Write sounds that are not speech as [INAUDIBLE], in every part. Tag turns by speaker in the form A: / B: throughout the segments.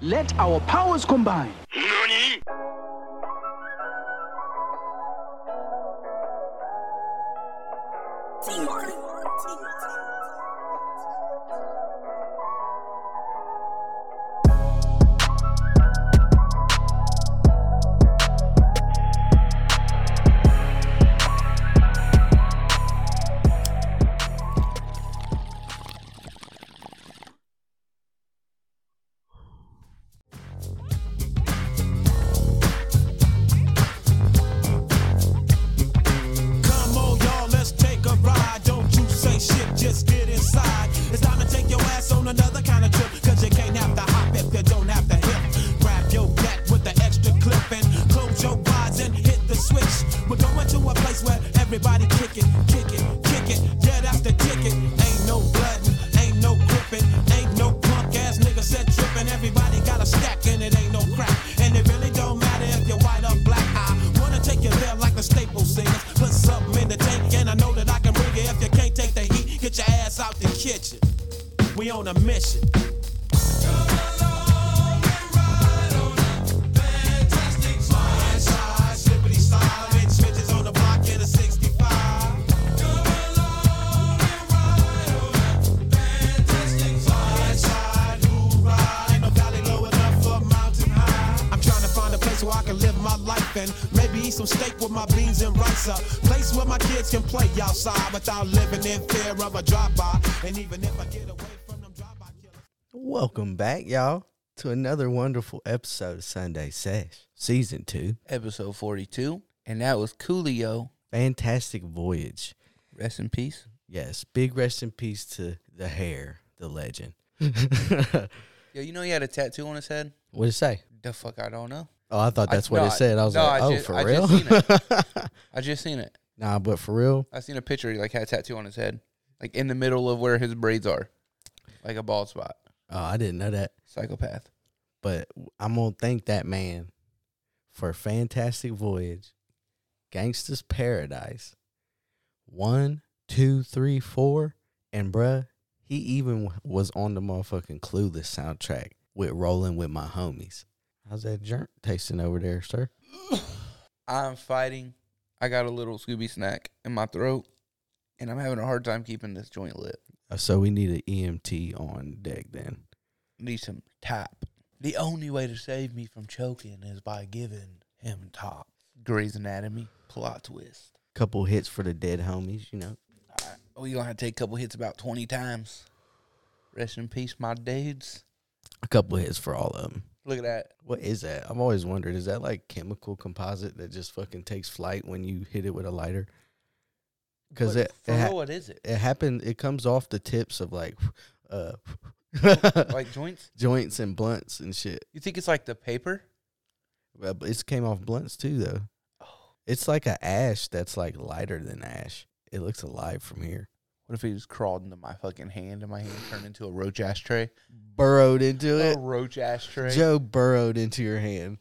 A: Let our powers combine.
B: Come on, y'all, let's take a ride. Don't you say shit, just get inside. It's time to take your ass on another kind of trip. Cause you can't have to hop if you don't have the hip. Grab your gat with the extra clip and close your eyes and hit the switch. We're going to a place where everybody kick it, kick it, kick it. Yeah, that's the ticket. Ain't no bloodin', ain't no gripping, ain't no punk ass nigga said trippin'. Everybody got a stack and it ain't no crack. And it really don't matter if you're white or black. I wanna take you there like the staple singers. Put something in the tank, and I know that I can bring it. If you can't take the heat, get your ass out the kitchen. We on a mission. I'm trying to find a place where I can live my life and maybe eat some steak with my beans and rice. A place where my kids can play outside without living in fear of a drive by. And even if I get away from them drive by killers.
C: Welcome back, y'all, to another wonderful episode of Sunday Sesh, Season 2.
D: episode 42. And that was Coolio.
C: Fantastic voyage.
D: Rest in peace.
C: Yes, big rest in peace to the hair, the [LAUGHS] legend.
D: Yo, you know he had a tattoo on his head?
C: what did it say?
D: The fuck, I don't know.
C: Oh, I thought
D: I-
C: that's what
D: no,
C: it
D: I-
C: said. I was
D: no,
C: like,
D: I
C: oh,
D: ju-
C: for
D: I
C: real?
D: just I just seen it.
C: [LAUGHS] nah, but for real,
D: I seen a picture. He like had a tattoo on his head, like in the middle of where his braids are, like a bald spot.
C: oh, I didn't know that.
D: Psychopath.
C: But I'm going to thank that man for Fantastic Voyage, Gangsta's Paradise, one, two, three, four. And bruh, he even w- was on the motherfucking Clueless soundtrack with Rolling with My Homies. How's that jerk tasting over there, sir?
D: I'm fighting. I got a little Scooby snack in my throat, and I'm having a hard time keeping this joint lit.
C: Uh, So we need an EMT on deck then.
D: Need some top. The only way to save me from choking is by giving him top. Grey's Anatomy plot twist.
C: Couple hits for the dead homies, you know.
D: We Oh, gonna have to take a couple hits about twenty times. Rest in peace, my dudes.
C: A couple hits for all of them.
D: Look at that.
C: What is that? I've always wondered. Is that like chemical composite that just fucking takes flight when you hit it with a lighter? Because
D: What-
C: it
D: for
C: it, ha-
D: real, what is it?
C: it happened. It comes off the tips of like uh, [LAUGHS]
D: like joints?
C: joints and blunts and shit.
D: You think it's like the paper?
C: Uh, but It's came off blunts too though.
D: Oh.
C: It's like a ash that's like lighter than ash. It looks alive from here.
D: What if he just crawled into my fucking hand and my hand turned into a roach ashtray?
C: Burrowed into
D: A
C: it.
D: roach ashtray.
C: Joe burrowed into your hand.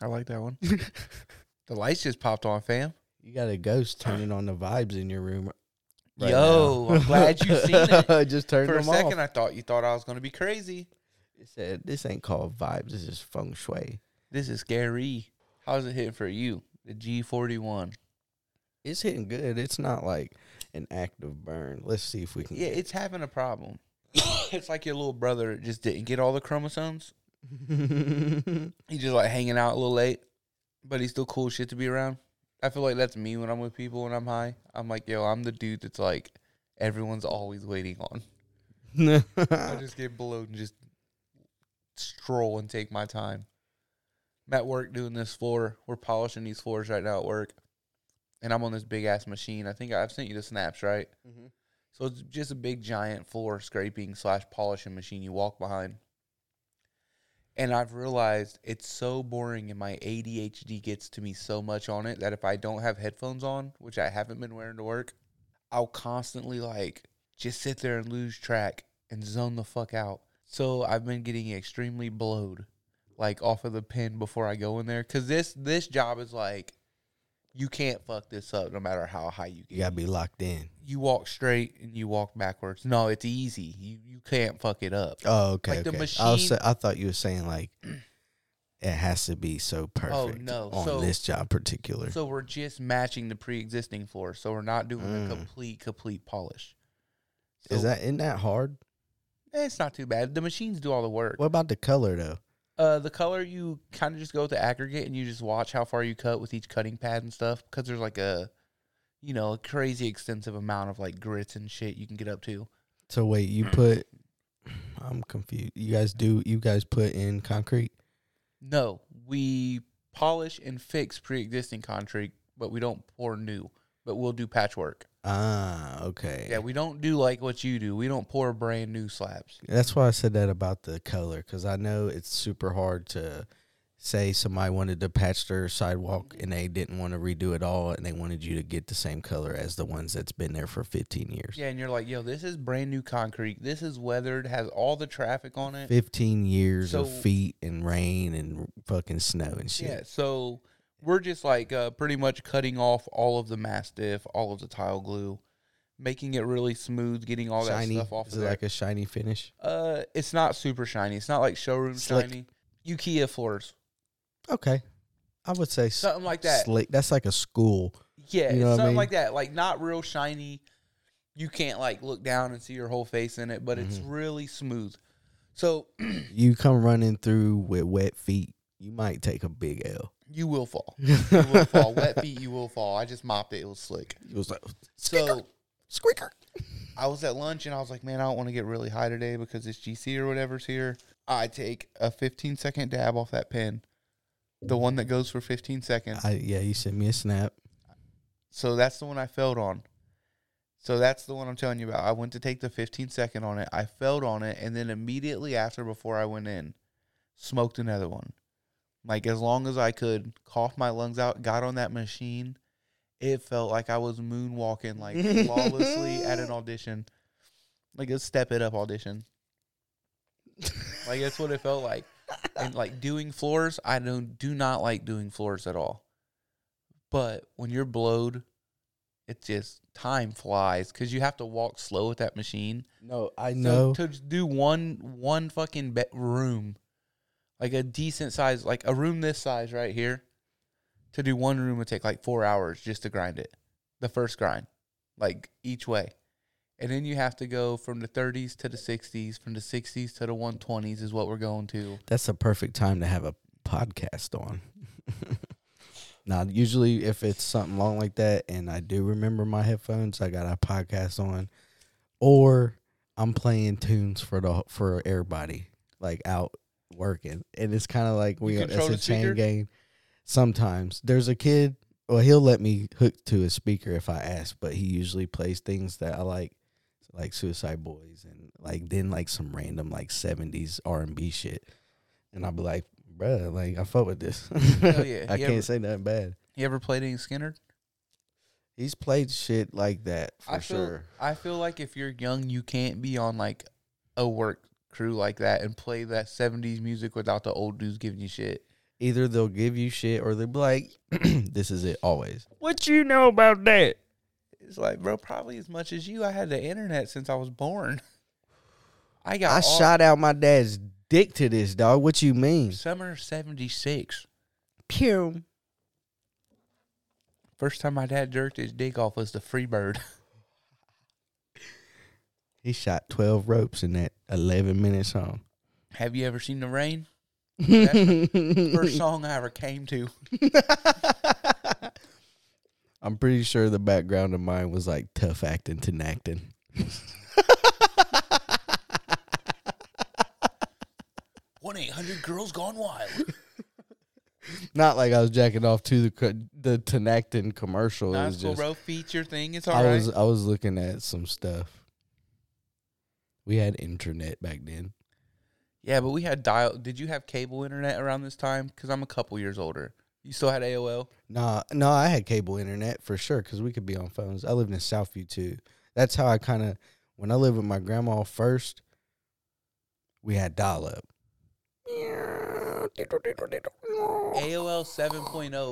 D: I like
C: [LAUGHS]
D: that one. the lights just popped on, fam.
C: You got a ghost turning on the vibes in your room. right
D: Yo,
C: now.
D: I'm glad
C: [LAUGHS]
D: you seen it.
C: Just turned
D: For a
C: them off.
D: second, I thought you thought I was gonna be crazy.
C: It said, "This ain't called vibes. This is feng shui."
D: This is scary. How's it hitting for you? The G41.
C: It's hitting good. It's not like an active burn. Let's see if we can.
D: Yeah,
C: get-
D: it's having a problem. [COUGHS] it's like your little brother just didn't get all the chromosomes. He's just like hanging out a little late, but he's still cool shit to be around. I feel like that's me when I'm with people when I'm high. I'm like, yo, I'm the dude that's like everyone's always waiting on. I
C: [LAUGHS]
D: just get bloated and just stroll and take my time. I'm at work doing this floor. We're polishing these floors right now at work. And I'm on this big ass machine. I think I've sent you the snaps, right?
C: Mhm.
D: So it's just a big giant floor scraping slash polishing machine you walk behind. And I've realized it's so boring and my ADHD gets to me so much on it that if I don't have headphones on, which I haven't been wearing to work, I'll constantly like just sit there and lose track and zone the fuck out. So I've been getting extremely blowed, like off of the pen before I go in there. Cause this this job is like you can't fuck this up no matter how high you
C: You
D: get.
C: gotta be locked in.
D: You walk straight and you walk backwards. No, it's easy. You you can't fuck it up.
C: Oh, okay.
D: Like the
C: okay. I, was,
D: machine-
C: sa- I thought you were saying like it has to be so perfect
D: Oh, no.
C: on
D: So-
C: this job particular.
D: So we're just matching the pre-existing floor. So we're not doing
C: Mm.
D: a complete complete polish.
C: Is
D: So,
C: that isn't that hard?
D: eh, It's not too bad. The machines do all the work.
C: What about the color though?
D: Uh, the color you kind of just go with the aggregate and you just watch how far you cut with each cutting pad and stuff because there's like a, you know, a crazy extensive amount of like grits and shit you can get up to.
C: So wait, you put I'm confused. You guys do you guys put in concrete?
D: No, we polish and fix pre-existing concrete, but we don't pour new. But we'll do patchwork.
C: Ah, okay.
D: Yeah, we don't do like what you do. We don't pour brand new slabs.
C: That's why I said that about the color cuz I know it's super hard to say somebody wanted to patch their sidewalk and they didn't want to redo it all and they wanted you to get the same color as the ones that's been there for 15 years.
D: Yeah, and you're like, yo, this is brand new concrete. This is weathered, has all the traffic on it.
C: 15 years of
D: So-
C: feet and rain and fucking snow and shit.
D: Yeah, so we're just like uh, pretty much cutting off all of the mastiff, all of the tile glue, making it really smooth, getting all
C: shiny.
D: that stuff off
C: Is
D: of
C: it
D: there.
C: like a shiny finish?
D: uh, it's not super shiny. It's not like showroom
C: Slick.
D: shiny. IKEA floors,
C: Okay. I would say s-
D: something like that.
C: slick. That's like a school.
D: Yeah,
C: You know what I
D: something
C: mean?
D: like that. Like not real shiny. You can't like look down and see your whole face in it, but it's
C: Mm-hmm.
D: really smooth. So
C: You come running through with wet feet, you might take a big L.
D: you will fall. You will fall. Wet feet, you will fall. I just mopped it. It was slick.
C: It was like
D: So.
C: squeaker.
D: I was at lunch and I was like, man, I don't want to get really high today because this GC or whatever's here. I take a 15 second dab off that pen, the one that goes for 15 seconds.
C: I, yeah, you sent me a snap.
D: so that's the one I failed on. So that's the one I'm telling you about. I went to take the 15 second on it. I failed on it. And then immediately after, before I went in, smoked another one. Like as long as I could, coughed my lungs out, got on that machine. It felt like I was moonwalking like flawlessly at an audition. Like a step it up audition. Like that's what it felt like. And like doing floors, I don't do not like doing floors at all. But when you're blowed, it's just time flies because you have to walk slow with that machine.
C: No, I
D: So
C: know.
D: to just do one one fucking be- room, like a decent size, like a room this size right here, to do one room would take like four hours just to grind it, the first grind, like each way, and then you have to go from the 30s to the 60s, from the 60s to the 120s is what we're going to.
C: That's the perfect time to have a podcast on. [LAUGHS] now, usually if it's something long like that and I do remember my headphones, I got a podcast on or I'm playing tunes for the for everybody like out working. And it's kind of like we it's
D: control
C: a
D: the speaker?
C: chain game. Sometimes there's a kid, well he'll let me hook to his speaker if I ask, but he usually plays things that I like like Suicide Boys and like then like some random like 70s R&B shit. And I'll be like, bruh, like I fuck with this.
D: yeah.
C: [LAUGHS] I can't
D: You ever-
C: say nothing bad.
D: You ever played any Skinner?
C: He's played shit like that for
D: I feel,
C: sure.
D: I feel like if you're young, you can't be on like a work crew like that and play that 70s music without the old dudes giving you shit.
C: Either they'll give you shit or they'll be like, [CLEARS THROAT] this is it always.
E: What you know about that?
D: It's like, bro, probably as much as you. I had the internet since I was born. [LAUGHS] I got
C: I
D: all-
C: shot out my dad's dick to this dog. What you mean?
D: summer 76.
C: Pew.
D: First time my dad jerked his dick off was the Freebird. [LAUGHS]
C: He shot twelve ropes in that eleven minute song.
D: Have you ever seen the rain?
C: [LAUGHS]
D: That's the first song I ever came to.
C: I'm pretty sure the background of mine was like tough acting to acting.
D: One eight hundred girls gone wild.
C: Not like I was jacking off to the co- the Tenactin commercial. It
D: Nice
C: was
D: cool,
C: just
D: bro. Feature thing. It's
C: I
D: alright.
C: was I was looking at some stuff. We had internet back then.
D: Yeah, but we had dial. Did you have cable internet around this time? Because I'm a couple years older. You still had AOL.
C: Nah, no, I had cable internet for sure because we could be on phones. I lived in Southview too. That's how I kind of when I lived with my grandma first. We had dial up.
D: AOL 7.0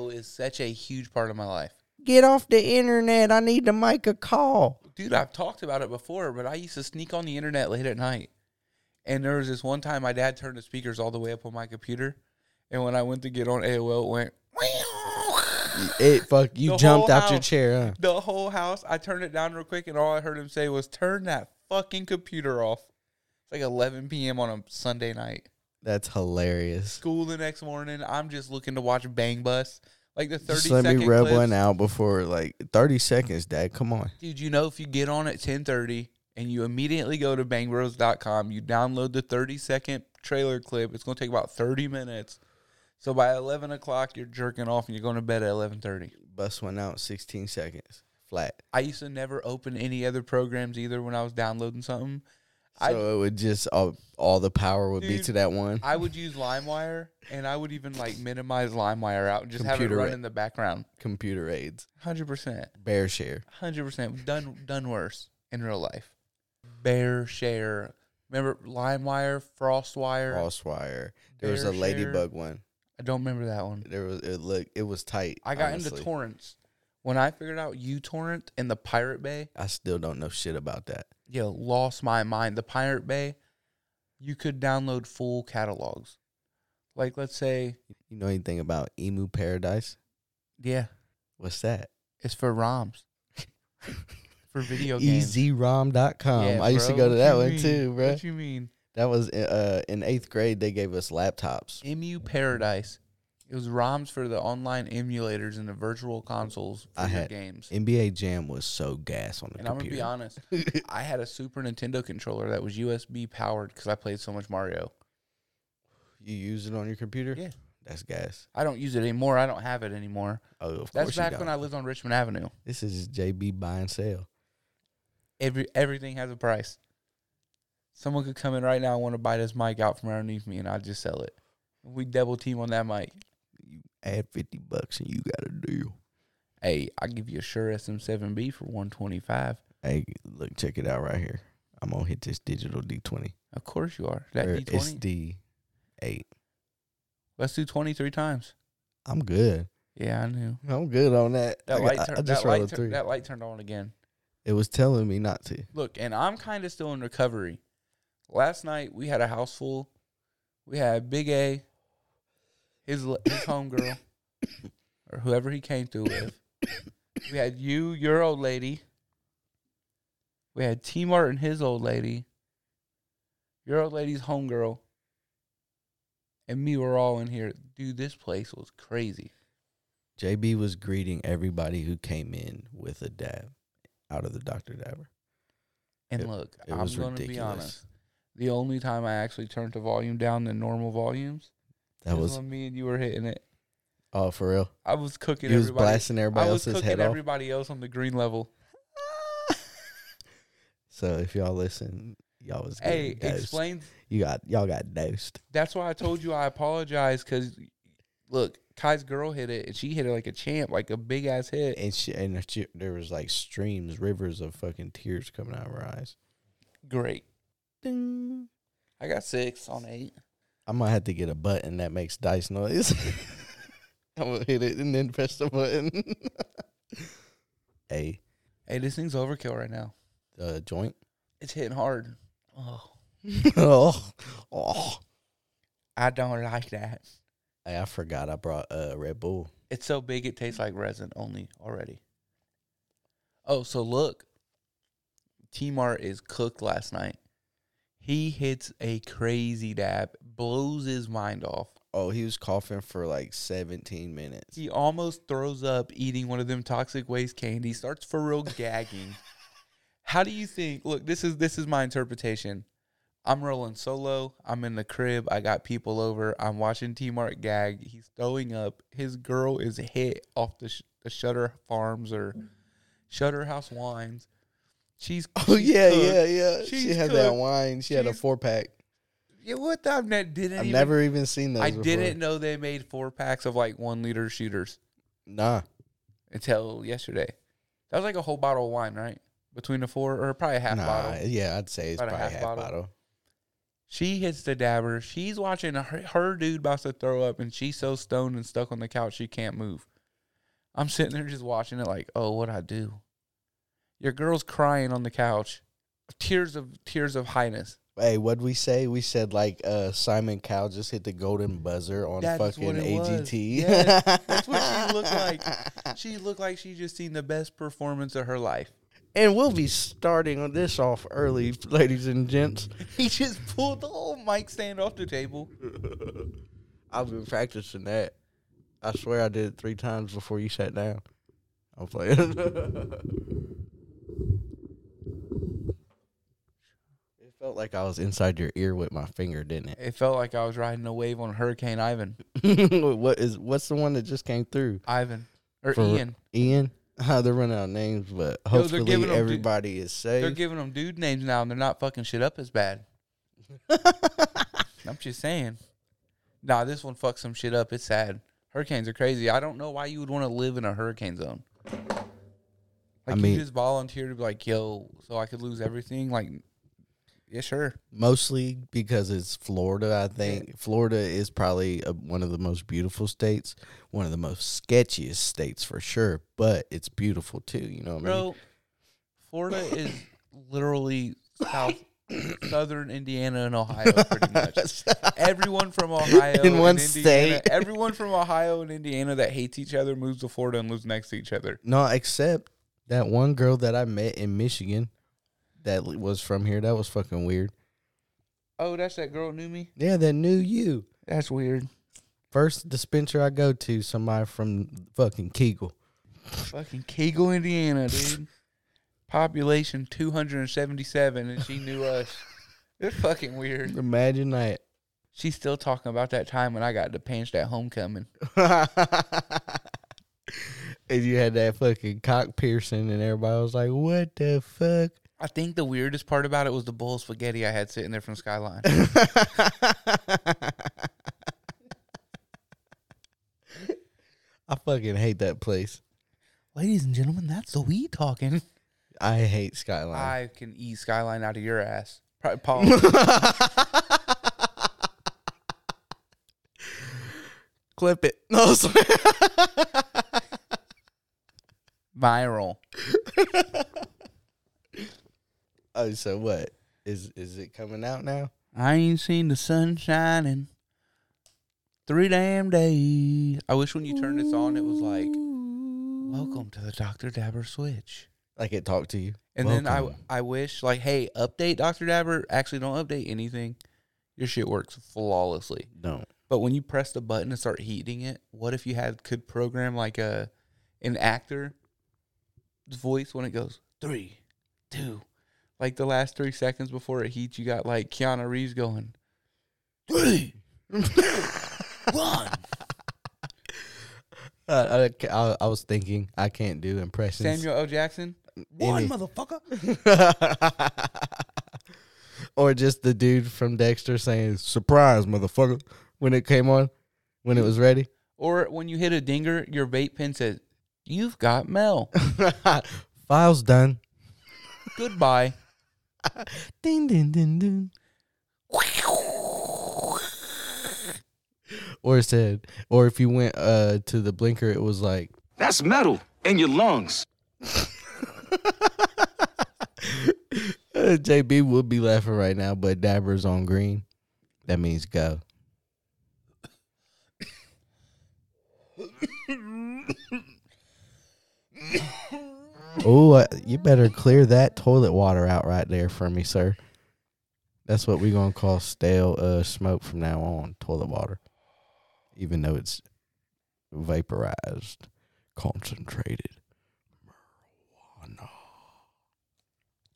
D: is such a huge part of my life.
C: Get off the internet. I need to make a call.
D: Dude, I've talked about it before, but I used to sneak on the internet late at night. And there was this one time my dad turned the speakers all the way up on my computer. And when I went to get on AOL, it went.
C: It
D: [LAUGHS]
C: fuck you
D: The
C: jumped
D: whole
C: out your
D: house.
C: chair. Huh?
D: The whole house, I turned it down real quick, and all I heard him say was, Turn that fucking computer off. It's like 11 p.m. on a Sunday night.
C: That's hilarious.
D: School the next morning, I'm just looking to watch Bang Bus. Like the 30
C: Just let me
D: second
C: rub
D: clips.
C: one out before like thirty seconds, Dad. Come on.
D: Dude, you know if you get on at 10:30 and you immediately go to bangbros.com, you download the 30-second trailer clip. It's gonna take about 30 minutes. So by 11 o'clock, you're jerking off and you're going to bed at 11:30.
C: Bust one out, sixteen seconds flat.
D: I used to never open any other programs either when I was downloading something. I-
C: So it would just all, all the power would be
D: Dude,
C: to that one.
D: I would use LimeWire and I would even like minimize LimeWire out and just
C: Computer
D: have it run
C: ra-
D: in the background.
C: Computer aids,
D: 100%.
C: bear share.
D: Hundred percent done done worse in real life. Bear share. Remember LimeWire, FrostWire.
C: Crosswire. There was a
D: Bear share.
C: ladybug one.
D: I don't remember that one.
C: There was it look it was tight.
D: I got
C: honestly.
D: into torrents when I figured out uTorrent and the Pirate Bay.
C: I still don't know shit about that.
D: Yo, lost my mind. The Pirate Bay, you could download full catalogs. Like let's say,
C: You know anything about Emu Paradise?
D: yeah,
C: What's that?
D: it's for ROMs, [LAUGHS] for video games.
C: E EasyRom.com.
D: Yeah,
C: Um, I used to go
D: bro,
C: to
D: what
C: that
D: you
C: one
D: mean?
C: too, bro.
D: What you mean?
C: That was uh, in eighth grade. They gave us laptops.
D: MU Paradise. It was ROMs for the online emulators and the virtual consoles for
C: I
D: your
C: had
D: games.
C: NBA Jam was so gas on the
D: And I'm gonna
C: computer.
D: be honest, I had a Super Nintendo controller that was USB powered because I played so much Mario.
C: You use it on your computer?
D: Yeah.
C: That's gas.
D: I don't use it anymore. I don't have it anymore.
C: Oh, of
D: That's
C: course you
D: back
C: don't.
D: when I lived on Richmond Avenue.
C: This is JB buy and sell.
D: Every everything has a price. Someone could come in right now and want to buy this mic out from underneath me, and I'd just sell it. We double team on that mic.
C: You add fifty bucks and you got a deal.
D: Hey, I give you a Shure SM7B for 125.
C: Hey, look, check it out right here. I'm gonna hit this digital D twenty.
D: Of course you are. That
C: It's
D: D20.
C: D eight.
D: Let's do 23 times.
C: I'm good.
D: Yeah, I knew.
C: I'm good on that.
D: That
C: I,
D: light,
C: got-
D: tur-
C: I
D: that,
C: just rolled
D: light
C: a
D: tur-
C: three.
D: that light turned on again.
C: It was telling me not to.
D: Look, and I'm kind of still in recovery. Last night we had a house full. We had Big A, his l- his homegirl, or whoever he came through with. We had you, your old lady. We had T Mart and his old lady. Your old lady's homegirl. And me were all in here. Dude, this place was crazy.
C: JB was greeting everybody who came in with a dab out of the Dr. Dabber.
D: And
C: It-
D: look,
C: It
D: I'm
C: was
D: gonna
C: ridiculous.
D: be honest. The only time I actually turned the volume down to normal volumes
C: That
D: is
C: was
D: when me and you were hitting it.
C: oh for real.
D: I was cooking
C: He was
D: everybody.
C: blasting everybody
D: I was
C: else's head
D: cooking
C: off.
D: everybody else on the green level.
C: So if y'all listen, y'all was getting
D: Hey,
C: dosed.
D: explain.
C: You got y'all got dosed.
D: That's why I told you I apologize because look, Kai's girl hit it and she hit it like a champ, like a big ass hit.
C: And she, and she, there was like streams, rivers of fucking tears coming out of her eyes.
D: Great.
C: Ding.
D: I got six on eight.
C: I might have to get a button that makes dice noise. [LAUGHS] I'm gonna hit it and then press the button. [LAUGHS] a
D: Hey, this thing's overkill right now.
C: uh, joint. [LAUGHS]
D: It's hitting hard. Oh,
C: oh, oh.
D: I don't like that.
C: Hey, I forgot I brought uh, Red Bull.
D: It's so big it tastes like resin only already. Oh, so look. T Mart is cooked last night. He hits a crazy dab, blows his mind off.
C: Oh, he was coughing for like 17 minutes. [LAUGHS]
D: He almost throws up eating one of them toxic waste candy, starts for real gagging. How do you think? Look, this is this is my interpretation. I'm rolling solo. I'm in the crib. I got people over. I'm watching T Mart gag. He's throwing up. His girl is hit off the, sh- the Shutter Farms or Shutter House Wines. She's
C: [LAUGHS] Oh
D: she's
C: yeah,
D: cooked.
C: yeah, yeah. she
D: She's
C: had that
D: cooked.
C: wine. She had a
D: She's-
C: four pack.
D: yeah. What the, I've ne- didn't
C: I've
D: even,
C: never even seen those.
D: I
C: before.
D: didn't know they made four packs of like one liter shooters.
C: Nah,
D: until yesterday. That was like a whole bottle of wine, right? Between the four, or probably a half
C: nah.
D: bottle.
C: Yeah, I'd say it's
D: About a
C: probably
D: half
C: half,
D: bottle.
C: bottle.
D: She hits the dabber. She's watching her, her dude about to throw up, and she's so stoned and stuck on the couch she can't move. I'm sitting there just watching it, like, oh, what I do? Your girl's crying on the couch, tears of tears of highness.
C: Hey, what'd we say? We said like uh, Simon Cowell just hit the golden buzzer on
D: That's
C: fucking
D: what it was.
C: AGT.
D: Yes, that's what she looked like. She looked like she just seen the best performance of her
C: [LAUGHS]
D: life. [LAUGHS]
C: And we'll be starting on this off early, ladies and gents.
D: He just pulled the whole mic stand off the table.
C: I've been practicing that. I swear I did it three times before you sat down. I'm playing. [LAUGHS] it felt like I was inside your ear with my finger, didn't
D: It felt like I was riding a wave on Hurricane Ivan.
C: it? [LAUGHS] what is what's the one that just came through?
D: Ivan or
C: For-
D: Ian.
C: Ian. [LAUGHS] they're running out of names, but
D: they're
C: hopefully
D: giving 'em d-
C: everybody is
D: They're
C: safe.
D: giving them dude names now, and they're not fucking shit up
C: [LAUGHS]
D: as bad. I'm just saying. Nah, this one fucks some shit up. It's sad. Hurricanes are crazy. I don't know why you would want to live in a hurricane zone. Like
C: mean-
D: you just volunteer to be like, yo, so I could lose everything. Like, yeah, sure.
C: Mostly because it's Florida, I think. Florida is probably uh one of the most beautiful states, one of the most sketchiest states for sure, but it's beautiful too. You know what I mean?
D: Bro, Florida is literally south, [COUGHS] southern Indiana and Ohio, pretty much.
C: [LAUGHS]
D: Everyone from Ohio
C: In
D: and
C: one
D: Indiana-
C: state.
D: everyone from Ohio and Indiana that hates each other moves to Florida and lives next to each other.
C: No, except that one girl that I met in Michigan that li- was from here. That was fucking weird.
D: Oh, that's that girl knew me.
C: Yeah, that knew you.
D: That's weird.
C: First dispenser I go to, somebody from fucking Kegel.
D: Fucking Kegel, Indiana, dude. Population two hundred and seventy-seven, and she knew us.
C: [LAUGHS]
D: It's fucking weird.
C: Imagine that.
D: She's still talking about that time when I got the pants at homecoming.
C: and you had that fucking cock piercing, and everybody was like, "What the fuck?"
D: I think the weirdest part about it was the bowl of spaghetti I had sitting there from Skyline.
C: I fucking hate that place.
D: [LAUGHS] Ladies and gentlemen, that's the weed talking.
C: I hate Skyline.
D: I can eat Skyline out of your ass. [LAUGHS] Probably Paul.
C: Clip
D: [LAUGHS]
C: it. No, sorry.
D: Viral.
C: oh, so what is is it coming out now?
D: I ain't seen the sun shining three damn days. I wish when you turned this on, it was like, "Welcome to the Doctor Dabber Switch."
C: Like it talked to you,
D: And then
C: Welcome.
D: I, I wish like, "Hey, update Doctor Dabber." Actually, don't update anything. Your shit works flawlessly.
C: no.
D: But when you press the button and start heating it, what if you had could program like a an actor voice when it goes three, two, like the last three seconds before it heats, you got like Keanu Reeves going three, one.
C: Uh, I, I, I was thinking I can't do impressions.
D: Samuel L. Jackson,
C: Any-
D: one motherfucker.
C: [LAUGHS] or just the dude from Dexter saying "surprise, motherfucker" when it came on, when it was ready.
D: Or when you hit a dinger, your vape pen says, "You've got [LAUGHS] Mel."
C: Files done.
D: Goodbye.
C: Ding ding ding ding. Or it said, or if you went uh to the blinker, it was like,
A: That's metal in your lungs.
C: uh, JB would be laughing right now, but Dabber's on green. That means go. oh, you better clear that toilet water out right there for me, sir. That's what we're gonna call stale uh, smoke from now on, toilet water, even though it's vaporized, concentrated.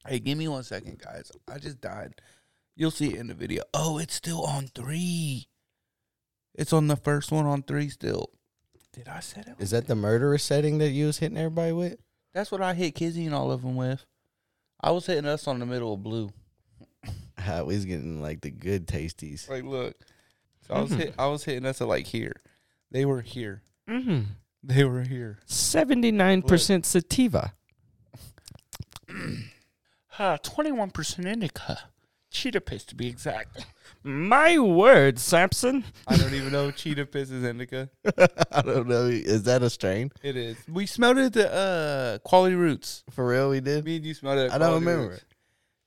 D: Hey, give me one second, guys. I just died. You'll see it in the video. Oh, it's still on three. It's on the first one on three still. Did I set it?
C: Is that the murderer setting that you was hitting everybody with?
D: That's what I hit Kizzy and all of them with. I was hitting us on the middle of blue.
C: How he's getting like the good tasties.
D: Like, look. So I was hit, I was hitting us at like here. They were here.
C: Mm-hmm.
D: They were here.
C: 79% sativa.
E: Uh, 21% indica. Cheetah piss to be exact. My word, Samson.
D: I don't even know cheetah piss is indica.
C: [LAUGHS] I don't know. Is that a strain?
D: It is. We smelled it at the uh, Quality Roots.
C: For real, we did.
D: Me and you smelled it. At
C: I don't
D: Quality
C: remember.
D: Roots.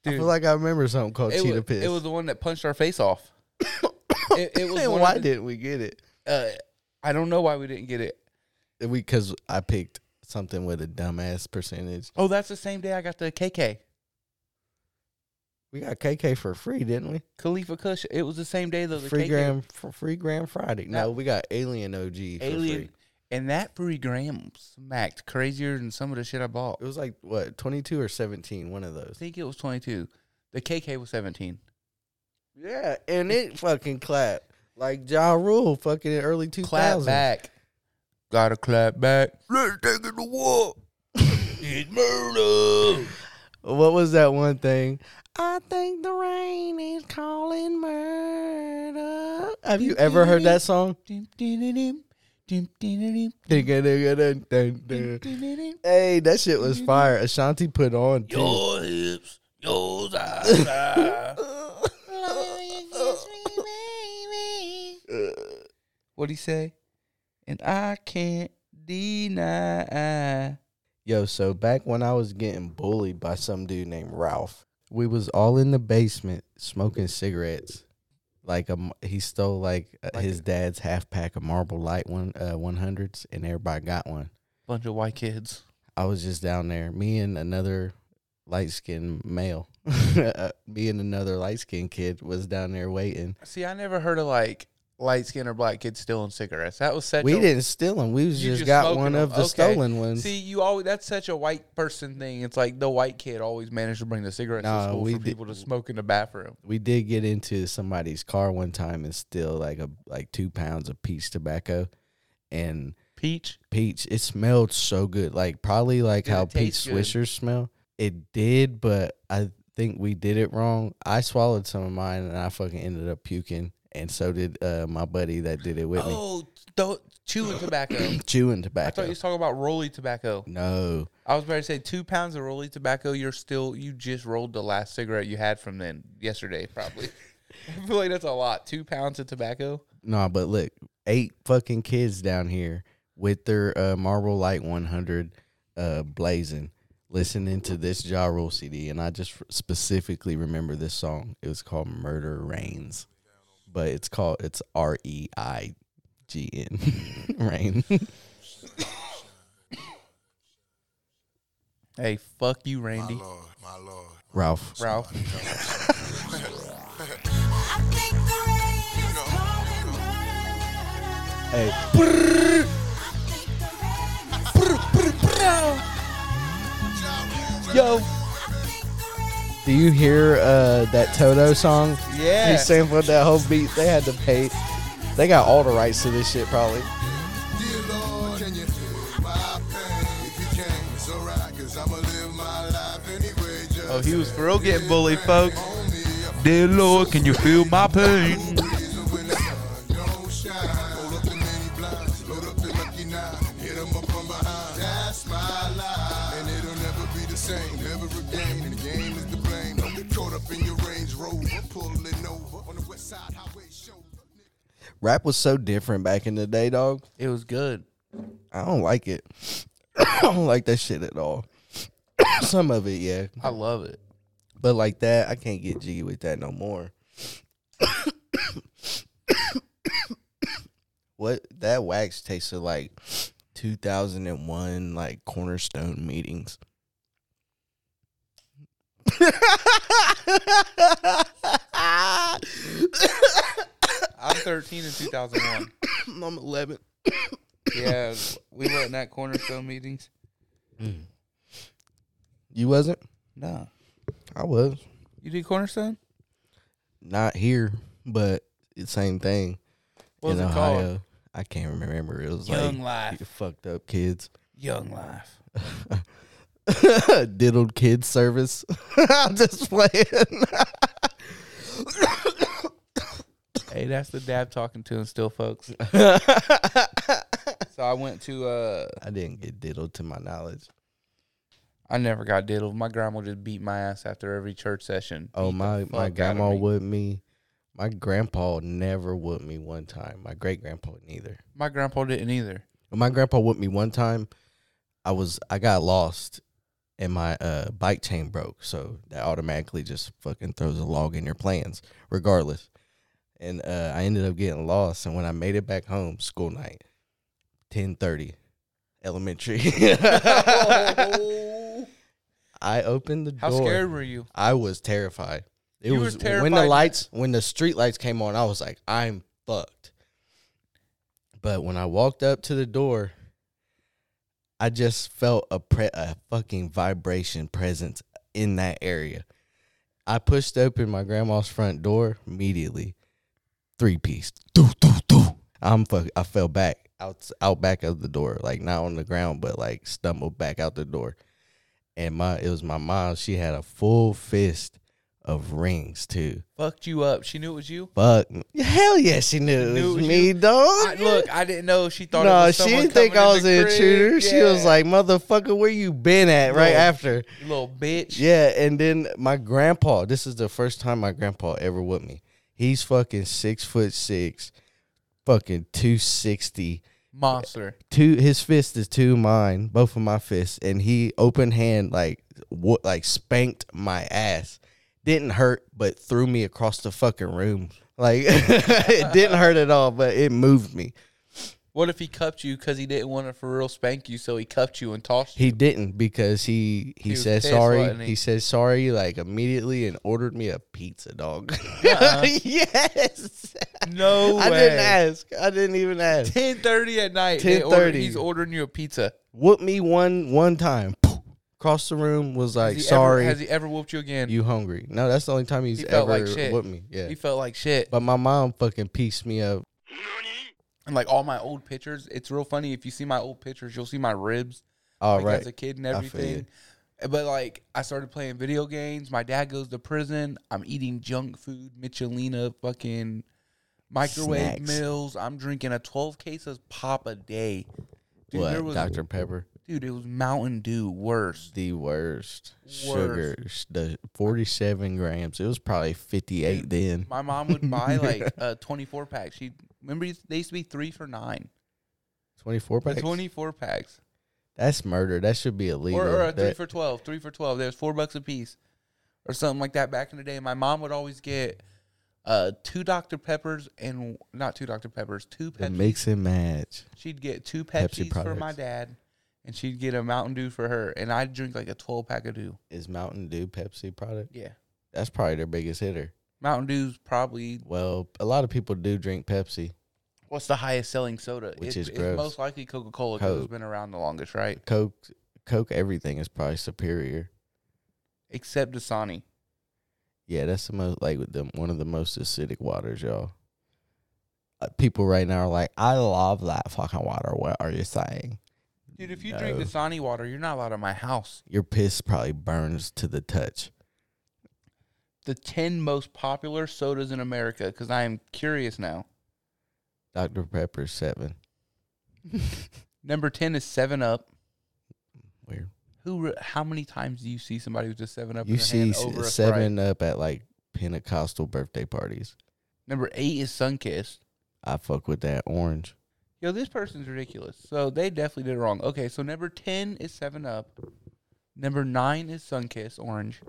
C: I
D: Dude,
C: feel like I remember something called
D: it,
C: cheetah
D: was,
C: piss. [COUGHS]
D: it was the one that punched our face off. it, it was
C: Man,
D: one of
C: why
D: the-
C: didn't we get it?
D: Uh, I don't know why we didn't get it.
C: We because I picked something with a dumbass percentage.
D: Oh, that's the same day I got the KK
C: We got KK for free, didn't we?
D: Khalifa Kush. It was the same day though. The
C: free
D: KK
C: gram for free gram Friday. No,
D: No.
C: we got Alien OG. For
D: alien,
C: free.
D: and that free gram smacked crazier than some of the shit I bought.
C: It was like what twenty two or seventeen, one of
D: I
C: those.
D: think it was twenty two. The KK was seventeen.
C: Yeah, and it fucking clapped like Ja Rule fucking in early two
D: Clap
C: thousand.
D: back. Gotta clap back. Let's take it to war. it's murder.
C: What was that one thing? I think the rain is calling murder. Have you ever heard that song? Hey, that shit was fire. Ashanti put on. too.
D: Your hips, your
C: [LAUGHS]
D: eyes.
C: Uh,
D: What'd he say? And I can't deny.
C: Yo, so back when I was getting bullied by some dude named Ralph, we was all in the basement smoking cigarettes. Like um, he stole like, uh his dad's half pack of Marble Light one uh one hundreds, and everybody got one.
D: Bunch of white kids.
C: I was just down there, me and another light skinned male, [LAUGHS] uh, me and another light skinned kid was down there waiting.
D: See, I never heard of like light skinned or black kids stealing cigarettes. That was such
C: We
D: a,
C: didn't steal them. We was
D: You
C: just,
D: just
C: got
D: smoking
C: one
D: 'em.
C: of the
D: Okay.
C: stolen ones.
D: See, you always that's such a white person thing. It's like the white kid always managed to bring the cigarettes
C: Nah,
D: to school
C: we
D: for
C: did-
D: people to smoke in the bathroom.
C: we did get into somebody's car one time and steal like a like two pounds of peach tobacco and
D: Peach.
C: peach it smelled so good like probably like
D: Did
C: how
D: it
C: peach
D: taste good?
C: swishers smell it did but i think we did it wrong i swallowed some of mine and i fucking ended up puking and so did uh, my buddy that did it with
D: Oh, th- chewing tobacco.
C: me chewing
D: I
C: [COUGHS]
D: thought
C: tobacco
D: you was talking about rolly tobacco.
C: no
D: I was about to say two pounds of rolly tobacco. You're still you just rolled the last cigarette you had from then yesterday,
C: [LAUGHS]
D: probably. [LAUGHS] I feel like that's a lot. Two pounds of tobacco.
C: No, but look, eight fucking kids down here with their uh, Marble Light 100 uh, blazing, listening to this Ja Rule CD, and I just specifically remember this song. It was called "Murder Rains," but it's called it's R E I G N [LAUGHS] Rain.
D: Hey, fuck you, Randy.
F: Lord, my Lord.
C: Ralph,
D: Ralph.
G: I think the rain is calling murder.
C: hey,
G: I think the rain is
D: Yo.
G: I think the rain
C: do you hear uh, that Toto song?
D: Yeah.
C: He sampled that whole beat. They had to pay. They got all the rights to this shit, probably.
F: Dear Lord, can you feel my pain? If you can, it's alright, cause I'ma live my life anyway. Just
D: Oh, he was for real getting bullied, folks. Dear Lord, can you feel my pain?
F: reason when the sun don't shine. Hold up the many blinds, load up the lucky nine, hit 'em up from behind. That's my life. And it'll never be the same, never again. The game is the blame. Don't get caught up in your range rover, pulling over on the west side highway show.
C: Rap was so different back in the day, dog.
D: It was good.
C: I don't like it. [COUGHS] I don't like that shit at all. [COUGHS] Some of it, yeah,
D: I love it.
C: but like that, I can't get jiggy with that no more. [COUGHS] what that wax tasted like 2001 like cornerstone meetings.
D: I'm 13 in 2001.
C: I'm 11.
D: Yeah, we were in that cornerstone meetings.
C: You wasn't?
D: No,
C: I was.
D: you did cornerstone.
C: Not here, but it's same thing.
D: What was
C: in
D: it
C: Ohio.
D: called?
C: I can't remember. It was
D: Young
C: like
D: Life.
C: you fucked up kids,
D: Young Life.
C: diddled kids service. [LAUGHS] I'm just playing.
D: Hey, that's the dad talking to him still, folks. [LAUGHS] so I went to. uh
C: I didn't get diddled to my knowledge.
D: I never got diddled. My grandma just beat my ass after every church session.
C: Oh
D: Beat the
C: my
D: fuck
C: my
D: out of
C: grandma
D: me.
C: with me My grandpa never whooped me one time. My great grandpa neither.
D: My grandpa didn't either.
C: When my grandpa whooped me one time, I was I got lost and my uh bike chain broke. So that automatically just fucking throws a log in your plans, regardless. And uh I ended up getting lost and when I made it back home, school night, ten thirty, elementary. [LAUGHS] I opened the
D: How
C: door.
D: scared were you?
C: I was terrified. It
D: You were
C: was when the
D: terrified.
C: lights when the street lights came on, I was like, I'm fucked. But when I walked up to the door, I just felt a pre- a fucking vibration presence in that area. I pushed open my grandma's front door immediately. Three piece. Doo, doo, doo. I'm fuck I fell back out out back of the door, like not on the ground, but like stumbled back out the door and my it was my mom. She had a full fist of rings too.
D: Fucked you up. She knew it was you.
C: Fuck, hell yeah, she knew,
D: Knew
C: it
D: it
C: was
D: was
C: me,
D: you.
C: dog.
D: I, look, I didn't know. She thought. it
C: no,
D: was
C: she
D: someone
C: didn't think
D: coming
C: I
D: in
C: was
D: the
C: an
D: crib.
C: intruder. She was
D: Yeah.
C: like, "Motherfucker, where you been at?" Right
D: No.
C: after,
D: You little bitch.
C: yeah. And then my grandpa. This is the first time my grandpa ever with me. He's fucking six foot six, fucking two sixty
D: Monster.
C: two his fist is two mine both of my fists and he open hand like what like spanked my ass didn't hurt but threw me across the fucking room like [LAUGHS] it didn't hurt at all but it moved me
D: What if he cuffed you because he didn't want to for real spank you, so he cuffed you and tossed you?
C: he didn't because he he,
D: He was
C: said
D: pissed,
C: sorry
D: wasn't
C: he?
D: he?
C: said sorry like immediately and ordered me a pizza dog [LAUGHS] yes
D: Uh-huh. No
C: i
D: way.
C: didn't ask i didn't even ask
D: Ten thirty at night. they order-
C: 10:30.
D: he's ordering you a pizza.
C: whooped me one one time across the room was
D: Has
C: like
D: he ever-
C: sorry
D: has he ever whooped you again?
C: you hungry. No, that's the only time he's
D: He felt
C: ever
D: like shit.
C: with me. Yeah.
D: He felt like shit.
C: but my mom fucking pieced me up.
D: And like all my old pictures, it's real funny. If you see my old pictures, you'll see my ribs.
C: All
D: like
C: right.
D: as a kid and
C: I feel you.
D: everything. Eh, But like I started playing video games. My dad goes to prison. I'm eating junk food, Michelina fucking microwave
C: Snacks.
D: meals. I'm drinking a 12 case of pop a day. Dude,
C: what?
D: there was
C: Dr. Pepper.
D: dude, it was Mountain Dew worse.
C: The worst. Sugar.
D: Worst.
C: The 47 grams. It was probably 58 then.
D: My mom would
C: [LAUGHS]
D: buy like a 24 pack. She remember they used to be 3 for 9.
C: 24 packs?
D: 24 packs.
C: That's murder. That should be illegal.
D: Or, or a three
C: That-
D: for 12, three for 12. There's four bucks a piece or something like that back in the day. My mom would always get uh, two Dr. Peppers and not two Dr. Peppers, two
C: the
D: Pepsi.
C: mix and match.
D: she'd get two
C: Pepsi
D: Pepsis for my
C: products.
D: dad and she'd get a Mountain Dew for her. And I'd drink like a 12 pack of Dew.
C: Is Mountain Dew Pepsi product?
D: Yeah.
C: That's probably their biggest hitter.
D: Mountain Dew's probably
C: Well, a lot of people do drink Pepsi.
D: what's the highest selling soda?
C: Which
D: It-
C: is
D: it's
C: gross.
D: most likely Coca Cola because
C: Coke.
D: it's been around the longest, right?
C: Coke, Coke, everything is probably superior.
D: Except Dasani.
C: Yeah, that's the most like with the one of the most acidic waters, y'all. Uh, people right now are like, I love that fucking water. What are you saying?
D: Dude, if you drink
C: No.
D: Dasani water, you're not allowed in my house.
C: Your piss probably burns to the touch.
D: the 10 most popular sodas in America because I am curious now.
C: Dr Pepper seven.
D: Number 10 is 7 Up.
C: Where
D: Who re- how many times do you see somebody with just 7 Up
C: you
D: in their
C: see
D: hand
C: s-
D: over a Sprite?
C: seven up at like Pentecostal birthday parties.
D: Number 8 is Sunkist.
C: I fuck with that orange.
D: Yo, this person's ridiculous. So they definitely did it wrong. Okay, so number 10 is 7 Up. Number 9 is Sunkist orange.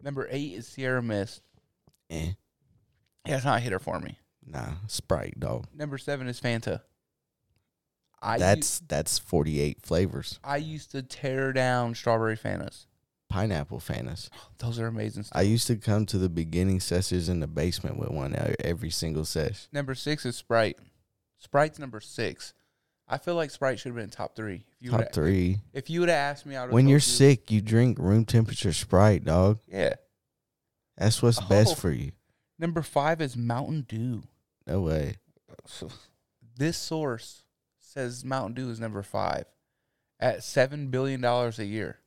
D: Number 8 is Sierra Mist.
C: Eh,
D: Yeah, it's not a hitter for me.
C: nah, Sprite dog.
D: Number 7 is Fanta. I u-
C: that's that's forty eight flavors.
D: I used to tear down strawberry Fantas.
C: Pineapple Fantas.
D: Those are amazing.
C: I used to come to the beginning sessions in the basement with one e- every single sesh.
D: Number six is Sprite. Sprite's number six. I feel like Sprite should have been top three. If you
C: Top
D: would've-
C: three.
D: If you would have asked me, I would.
C: When you're sick, you drink room temperature Sprite, dog.
D: yeah.
C: That's what's best
D: Oh.
C: for you.
D: Number five is Mountain Dew.
C: No way.
D: This source says Mountain Dew is number five at seven billion dollars a year.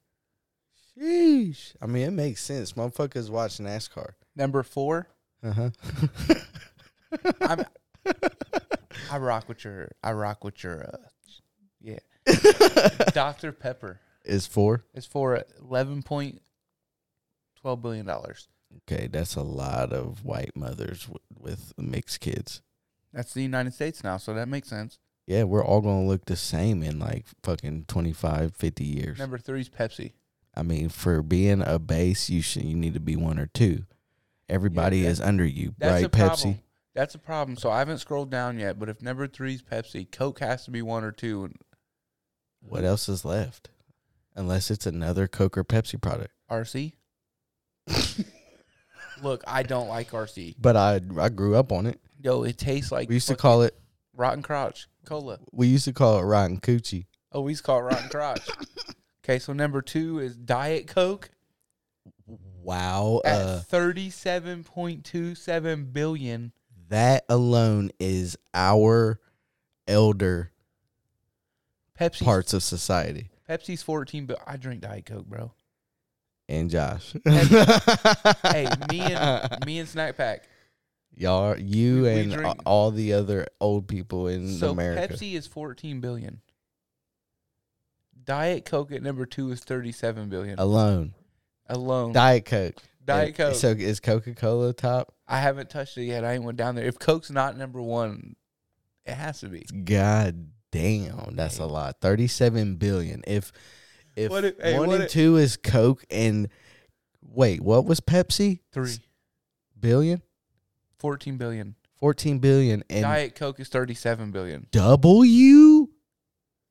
C: Sheesh. I mean, it makes sense. Motherfuckers watch NASCAR.
D: Number four,
C: Uh huh.
D: [LAUGHS] I'm, I rock with your. I rock with your. Uh,
C: [LAUGHS]
D: yeah. Dr Pepper
C: Is four.
D: is for eleven point twelve billion dollars.
C: Okay, that's a lot of white mothers w- with mixed kids.
D: That's the United States now, so that makes sense.
C: Yeah, we're all going to look the same in like fucking 25, 50 years.
D: Number three is Pepsi.
C: I mean, for being a base, you should you need to be one or two. Everybody
D: that-
C: is under you,
D: That's
C: right?
D: a
C: Pepsi.
D: problem. That's a problem. So I haven't scrolled down yet, but if number three is Pepsi, Coke has to be one or two. And
C: What else is left? Unless it's another Coke or Pepsi product.
D: RC.
C: [LAUGHS]
D: Look, I don't like RC.
C: But I I grew up on it.
D: Yo, it tastes like
C: We used to
D: fucking
C: call it
D: rotten crotch cola.
C: we used to call it rotten coochie.
D: Oh, we used to call it
C: [LAUGHS]
D: rotten crotch. Okay, so number two is Diet Coke
C: Wow,
D: at
C: uh,
D: thirty-seven point two seven billion.
C: that alone is our elder
D: Pepsi
C: parts of society.
D: Pepsi's fourteen, but I drink Diet Coke, bro.
C: [LAUGHS] And Josh,
D: Hey,
C: [LAUGHS]
D: me and me and Snack Pack.
C: y'all, you
D: we
C: and
D: drink-
C: all the other old people in
D: So
C: America.
D: Pepsi is fourteen billion. Diet Coke at number two is thirty-seven billion
C: alone.
D: alone.
C: Diet Coke.
D: Diet
C: And
D: Coke.
C: So is Coca Cola top?
D: I haven't touched it yet. I ain't went down there. If Coke's not number one, it has to be.
C: God damn, that's a lot. Thirty-seven billion. If if,
D: What if- hey,
C: one
D: what
C: and
D: if-
C: two is Coke and wait, what was Pepsi?
D: Three.
C: Billion,
D: 14 billion.
C: fourteen billion, and
D: Diet Coke is 37 billion.
C: W.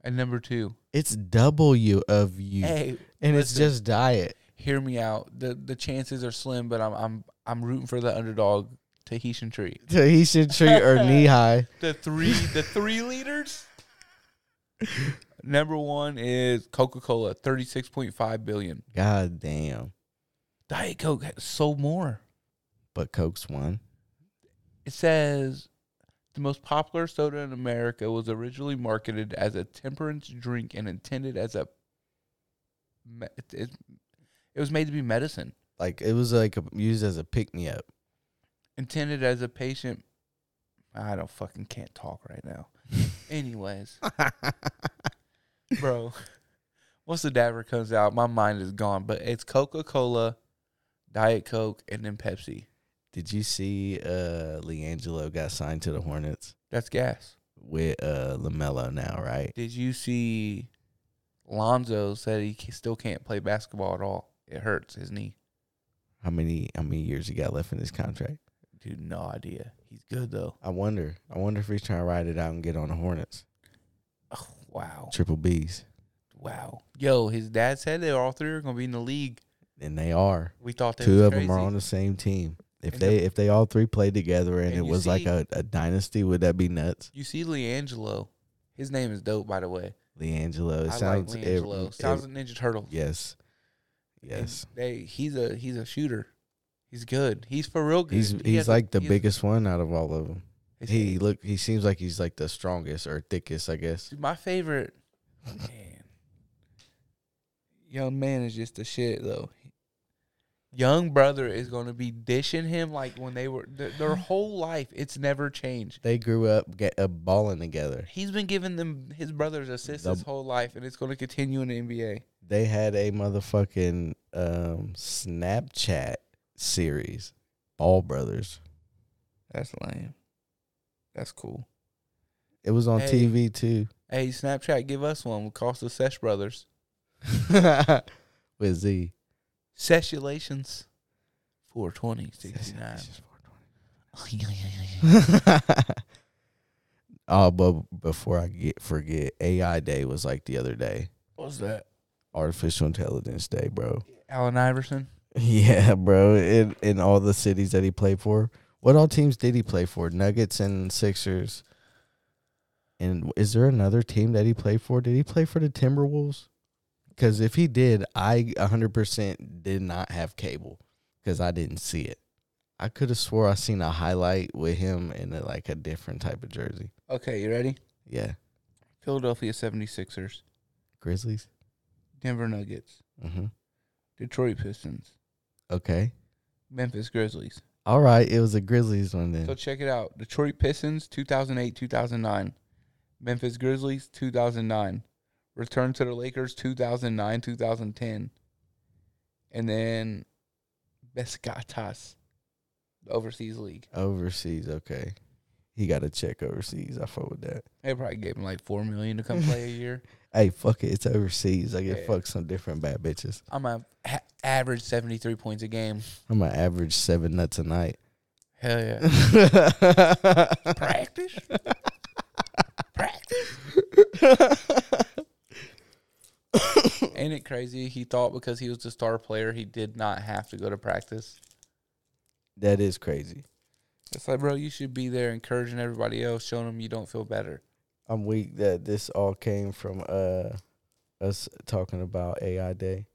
D: And number two.
C: It's W of you,
D: Hey,
C: and it's
D: listen.
C: just diet. [LAUGHS]
D: hear me out. The the chances are slim, but I'm I'm I'm rooting for the underdog Tahitian tree.
C: Tahitian tree or
D: [LAUGHS]
C: knee high.
D: The three the three leaders. Number one is Coca Cola, thirty six point five billion.
C: God damn,
D: Diet Coke sold more.
C: but Coke's one.
D: It says the most popular soda in America was originally marketed as a temperance drink and intended as a. me- It, it, it was made to be medicine,
C: Like it was like a, used as a pick me up.
D: intended as a patient. I don't fucking can't talk
C: [LAUGHS]
D: right now. Anyways, bro, once the dabber comes out, my mind is gone. But it's Coca Cola, Diet Coke, and then Pepsi.
C: Did you see uh Leangelo got signed to the Hornets?
D: That's gas.
C: with uh Lamelo now, right?
D: Did you see Lonzo said he ca- still can't play basketball at all? It hurts his knee.
C: How many how many years he got left in his contract?
D: Dude, no idea. He's good though.
C: I wonder. I wonder if he's trying to ride it out and get on the Hornets.
D: Oh, wow.
C: Triple B's,
D: Wow. Yo, his dad said they all three are going to be in the league.
C: and they are.
D: We thought that
C: Two
D: was
C: of
D: crazy.
C: them are on the same team. If
D: And
C: they
D: the-
C: if they all three played together and,
D: And
C: it
D: you
C: was like
D: see-
C: a, a dynasty, would that be nuts?
D: You see Leangelo. His name is dope, by the way.
C: Leangelo. It
D: I
C: sounds
D: like
C: it-
D: Leangelo.
C: it-
D: Sounds like Ninja Turtle.
C: yes,
D: And
C: yes.
D: They he's a he's a shooter. He's good. He's for real good.
C: He's
D: He
C: he's
D: has a-
C: like the
D: he has-
C: biggest one out of all of them.
D: he's-
C: He look he seems like he's like the strongest or thickest, I guess.
D: Dude, my favorite man. Young man is just the shit though. Young brother is going to be dishing him like when they were th- their whole life. It's never changed.
C: They grew up get uh, balling together.
D: He's been giving them his brothers assists his
C: The-
D: whole life, and it's going to continue in the NBA.
C: they had a motherfucking um Snapchat series, Ball Brothers.
D: That's lame. That's cool.
C: It was on
D: Hey.
C: TV too [LAUGHS]
D: Hey, Snapchat, give us one. We cost the Sesh brothers.
C: with Z.
D: Seshulations, four twenty sixty nine.
C: [LAUGHS] oh, but before I get forget, AI Day was like the other day,
D: What's that?
C: Artificial Intelligence Day, bro.
D: Allen Iverson.
C: Yeah, bro. In in all the cities that he played for, what all teams did he play for? Nuggets and Sixers. And is there another team that he played for? Did he play for the Timberwolves? Because if he did, I 100% did not have cable because I didn't see it. I could have swore I seen a highlight with him in a, like a different type of jersey.
D: Okay, you ready?
C: Yeah,
D: Philadelphia 76ers,
C: Grizzlies.
D: Denver Nuggets,
C: Mm-hmm.
D: Detroit Pistons,
C: Okay,
D: Memphis Grizzlies.
C: all right. It was the Grizzlies one then.
D: So check it out. Detroit Pistons 2008 2009, Memphis Grizzlies 2009, Return to the Lakers 2009 2010, and then Bescatas, the overseas league.
C: Overseas, okay. He got a check overseas. I fuck with that.
D: They probably gave him like four million to come play a year.
C: Hey, fuck it. It's overseas. I get
D: Yeah.
C: fucked some different bad bitches.
D: I'm a ha- average seventy three points a game.
C: I'm gonna average seven nuts a night.
D: Hell yeah! Practice. Practice. Ain't it crazy? He thought because he was the star player, he did not have to go to practice.
C: that is crazy.
D: It's like, bro, you should be there encouraging everybody else, showing them you don't feel better.
C: I'm weak that this all came from uh us talking about AI Day.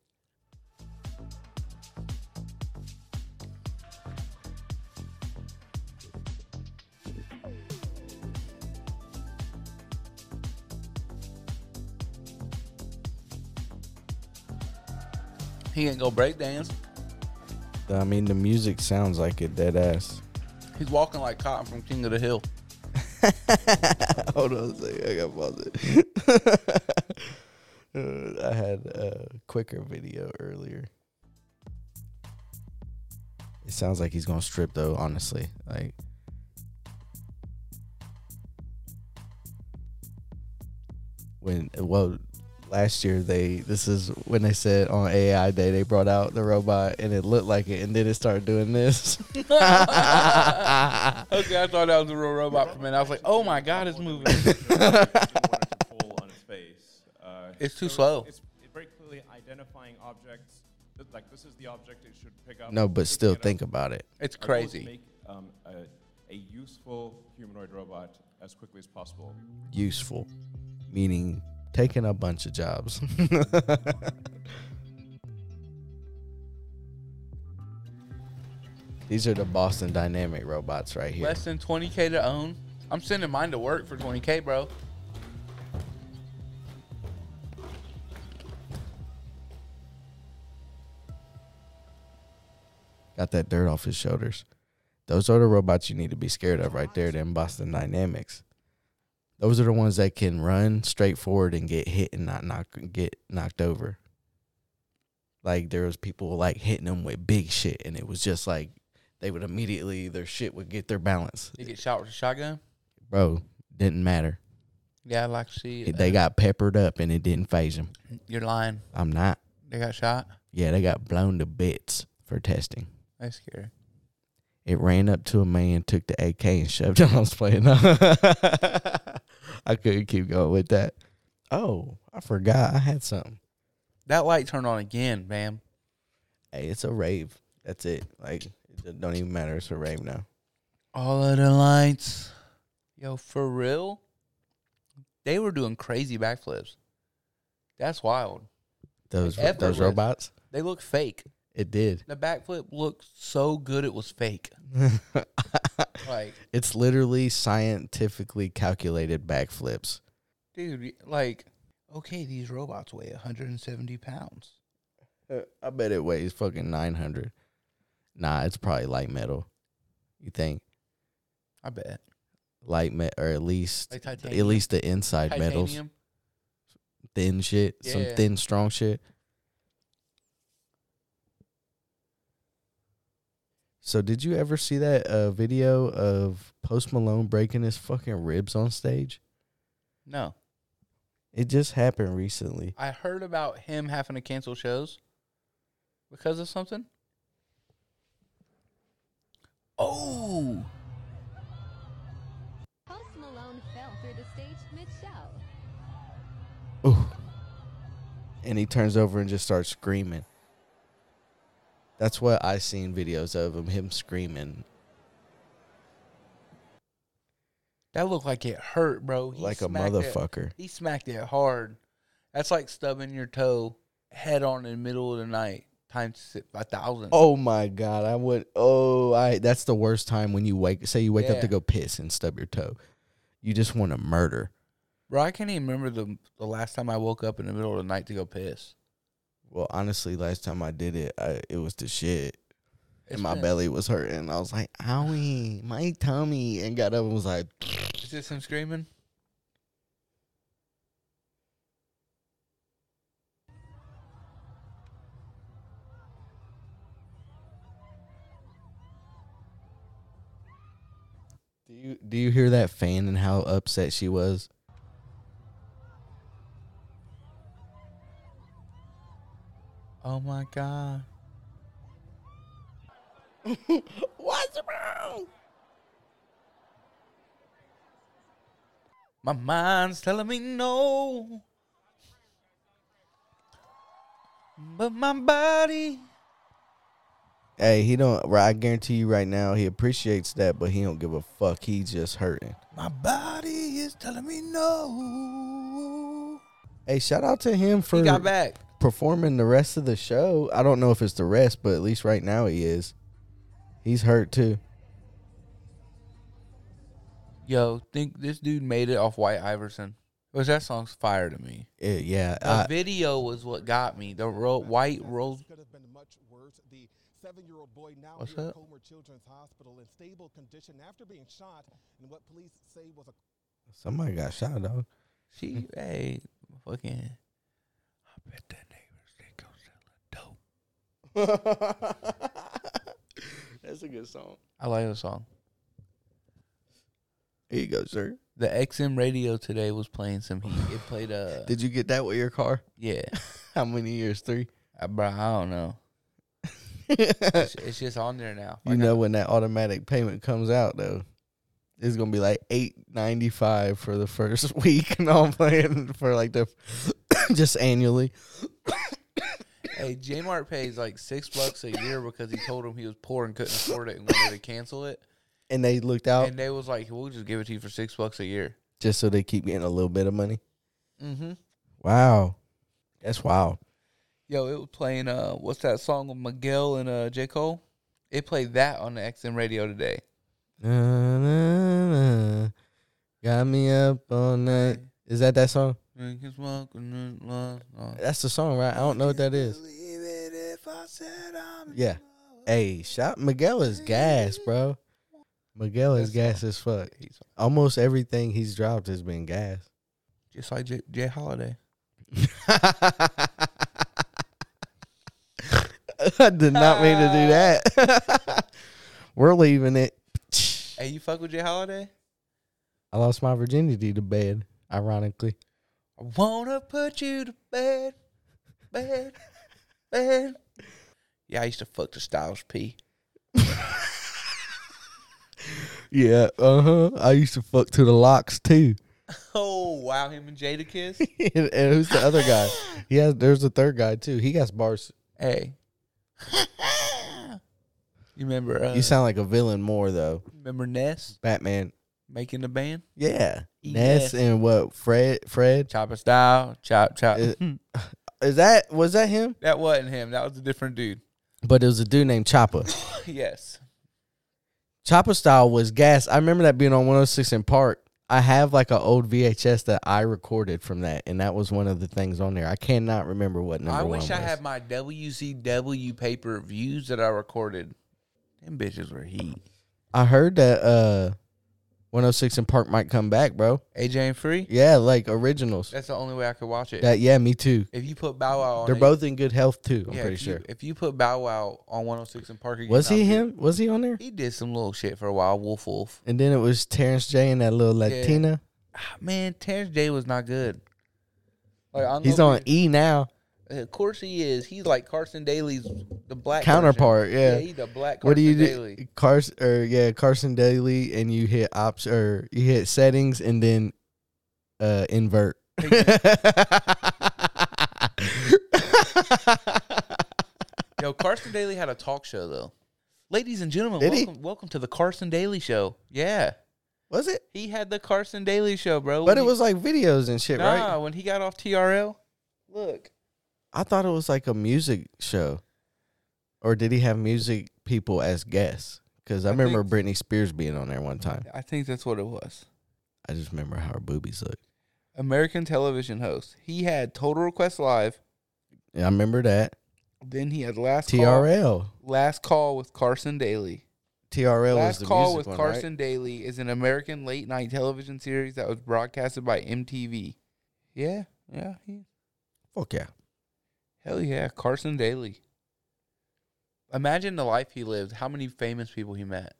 D: He ain't go break dance.
C: I mean, the music sounds like it dead ass.
D: He's walking like Cotton from King of the Hill.
C: Hold on a second, I got pause it. Uh, [LAUGHS] I had a quicker video earlier. It sounds like he's gonna strip though, honestly. Like when well last year they this is when they said on AI day they brought out the robot and it looked like it and then it started doing this. [LAUGHS]
D: Okay, I thought that was a real robot for a minute. I was like, oh my god, it's moving.
H: pull on its face. Uh,
D: It's too
H: so
D: slow.
H: It's, it's very clearly identifying objects. that, Like this is the object it should pick up.
C: no, but
H: Picking
C: still
H: it up.
C: think about it.
D: It's
H: Our goal is to
D: crazy.
H: Make um, a, a useful humanoid robot as quickly as possible.
C: useful, meaning taking a bunch of jobs. [LAUGHS] These are the Boston Dynamic robots right here.
D: Less than 20k to own. I'm sending mine to work for 20k, bro.
C: Got that dirt off his shoulders. Those are the robots you need to be scared of right there, them Boston Dynamics. Those are the ones that can run straight forward and get hit and not knock get knocked over. Like there was people like hitting them with big shit and it was just like they would immediately their shit would get their balance.
D: You get shot with a shotgun.
C: bro, didn't matter.
D: Yeah, like she. uh,
C: They got peppered up and it didn't phase them.
D: You're lying.
C: I'm not.
D: They got shot.
C: Yeah, they got blown to bits for testing.
D: That's scary.
C: It ran up to a man, took the AK and shoved him. I was playing. [LAUGHS] I couldn't keep going with that. Oh, I forgot. I had something.
D: That light turned on again, man.
C: Hey, it's a rave. That's it. Like, it don't even matter. It's a rave now.
D: All of the lights. Yo, for real? They were doing crazy backflips. That's wild.
C: Those
D: Effortless.
C: those robots.
D: They look fake.
C: It did. [LAUGHS]
D: The backflip looked so good it was fake. Like,
C: it's literally scientifically calculated backflips.
D: dude, y- like, okay, these robots weigh 170 pounds.
C: Uh, I bet it weighs fucking 900. Nah, it's probably light metal. You think
D: I bet.
C: light metal, or at least
D: Like
C: at
D: titanium.
C: least the inside metals,
D: Titanium.
C: thin shit, some
D: Yeah.
C: thin strong shit. So did you ever see that uh, video of Post Malone breaking his fucking ribs on stage?
D: No.
C: It just happened recently.
D: I heard about him having to cancel shows because of something. Oh,
I: Post Malone fell through the stage mid-show.
C: Ooh. And he turns over and just starts screaming. That's what I seen videos of him, him screaming
D: that looked like it hurt, bro. He
C: like a
D: smacked that-
C: motherfucker.
D: he smacked it hard. That's like stubbing your toe head on in the middle of the night times si- a thousand.
C: Oh my god, I would oh I that's the worst time when you wake say you wake up
D: Yeah.
C: to go piss and stub your toe. You just want to murder.
D: bro, I can't even remember the the last time I woke up in the middle of the night to go piss.
C: Well, honestly, last time I did it, I, it was the shit.
D: It's
C: And my
D: been-
C: belly was hurting. I was like, owie, my tummy. And got up and was like,
D: Is this him screaming?
C: Do you hear that fan and how upset she was?
D: Oh my god.
C: What's wrong?
D: My mind's telling me no. But my body.
C: Hey, he don't. right, I guarantee you right now, he appreciates that, but he don't give a fuck. He just hurting.
D: My body is telling me no.
C: Hey, shout out to him for
D: He got back.
C: performing the rest of the show. I don't know if it's the rest, but at least right now he is. He's hurt too.
D: Yo, think this dude made it off White Iverson. Which that song's fire to me. Uh,
C: Eh, yeah,
D: The
C: I,
D: video was what got me. The ro- white rose.
J: [LAUGHS] Could have been much worse. The seven-year-old boy now
D: What's
J: here
D: that?
J: at Comer Children's Hospital in stable condition after being shot in what police say was a
C: somebody got shot dog.
D: She hey fucking. I bet that neighbors they go sell dope.
C: [LAUGHS] That's a good song.
D: I like the song.
C: Here you go, sir.
D: The XM radio today was playing some heat. It played uh
C: Did you get that with your car? [LAUGHS]
D: yeah.
C: How many years? [LAUGHS] Three.
D: Uh, bro, I don't [LAUGHS] know. It's,
C: you
D: it's just on there now. Like,
C: know when that automatic payment comes out though, it's gonna be like eight ninety five for the first [LAUGHS] week. No, I'm playing for like the [COUGHS] just annually.
D: Hey, J Mart pays like six bucks a year because he told him he was poor and couldn't afford it and wanted to cancel it.
C: And they looked out
D: And they was like, "We'll just give it to you for six bucks a year."
C: just so they keep getting a little bit of money.
D: Mm-hmm.
C: Wow, that's wild.
D: Yo, it was playing. Uh, what's that song with Miguel and uh J Cole? It played that on the XM radio today.
C: Na, na, na. Got me up all night. Is that that song?
D: Drink and smoke and then love. Oh.
C: That's the song, right? I don't know what that is.
D: Believe it if I said I'm in
C: Yeah.
D: love.
C: Hey, shot Miguel is gas, bro. Miguel is gas as fuck.
D: He's
C: Almost everything he's dropped has been gas. [LAUGHS]
D: just like J, J Holiday.
C: I did not mean to do that. [LAUGHS] We're leaving it.
D: Hey, you fuck with J Holiday?
C: I lost my virginity to bed, ironically.
D: I wanna put you to bed, bed, [LAUGHS] bed. Yeah, I used to fuck the Styles P.
C: Yeah, uh huh. I used to fuck to the locks too.
D: Oh wow, him and
C: [LAUGHS]
D: Jada kiss.
C: and, and who's the other guy? Yeah, there's a third guy too. He got bars.
D: hey, you remember? Uh,
C: You sound like a villain more though.
D: remember Ness
C: Batman.
D: making the band?
C: Yeah. Ness
D: Yes.
C: and what? Fred? Fred?
D: Chopper style, chop chop.
C: Is, is that was that him?
D: that wasn't him. That was a different dude. [LAUGHS]
C: But it was a dude named Chopper.
D: yes.
C: Chopper style was gas. I remember that being on 106 in Park. I have like an old VHS that I recorded from that, and that was one of the things on there. I cannot remember what number
D: I
C: one
D: wish I
C: was.
D: had my WCW pay per views that I recorded. Them bitches were heat.
C: I heard that uh 106 in Park might come back, bro.
D: AJ ain't free.
C: Yeah, like originals.
D: That's the only way I could watch it.
C: That yeah, me too.
D: if you put Bow Wow on
C: They're
D: it-
C: both in good health too. I'm
D: Yeah,
C: pretty
D: if you-
C: sure.
D: If you put Bow Wow on 106 and Parker,
C: Was he
D: Getting Out
C: him? Was he on there?
D: too, He did some little shit for a while. Wolf Wolf.
C: And then it was Terrence J and that little
D: Yeah.
C: Latina.
D: Ah, Man, Terrence J was not good. Like, I don't
C: He's
D: know
C: on
D: if
C: E now.
D: he- Of course he is. He's like Carson Daly's the black version.
C: Counterpart, yeah.
D: he's the black Carson
C: what do you do?
D: Daly.
C: Carson or yeah, Carson Daly, and you hit ops or you hit settings and then uh invert.
D: Yo, Carson Daly had a talk show though. Ladies and gentlemen,
C: Did he?
D: welcome, welcome to the Carson Daly Show. Yeah,
C: was it?
D: he had the Carson Daly Show, bro.
C: But
D: When
C: it
D: he-
C: was like videos and shit,
D: nah.
C: right?
D: When he got off TRL, look,
C: I thought it was like a music show, or did he have music people as guests? Because I,
D: I
C: remember
D: think-
C: Britney Spears being on there one time.
D: I think that's what it was.
C: I just remember how her boobies looked.
D: American television host. He had Total Request Live.
C: Yeah, I remember that.
D: Then he had Last Call.
C: TRL.
D: Last Call with Carson Daily.
C: TRL was
D: Last
C: the
D: Call
C: music
D: with
C: one, right?
D: Carson Daly is an American late night television series that was broadcasted by MTV. Yeah, yeah, he,
C: Fuck yeah.
D: hell yeah, Carson Daly. Imagine the life he lived. How many famous people he met?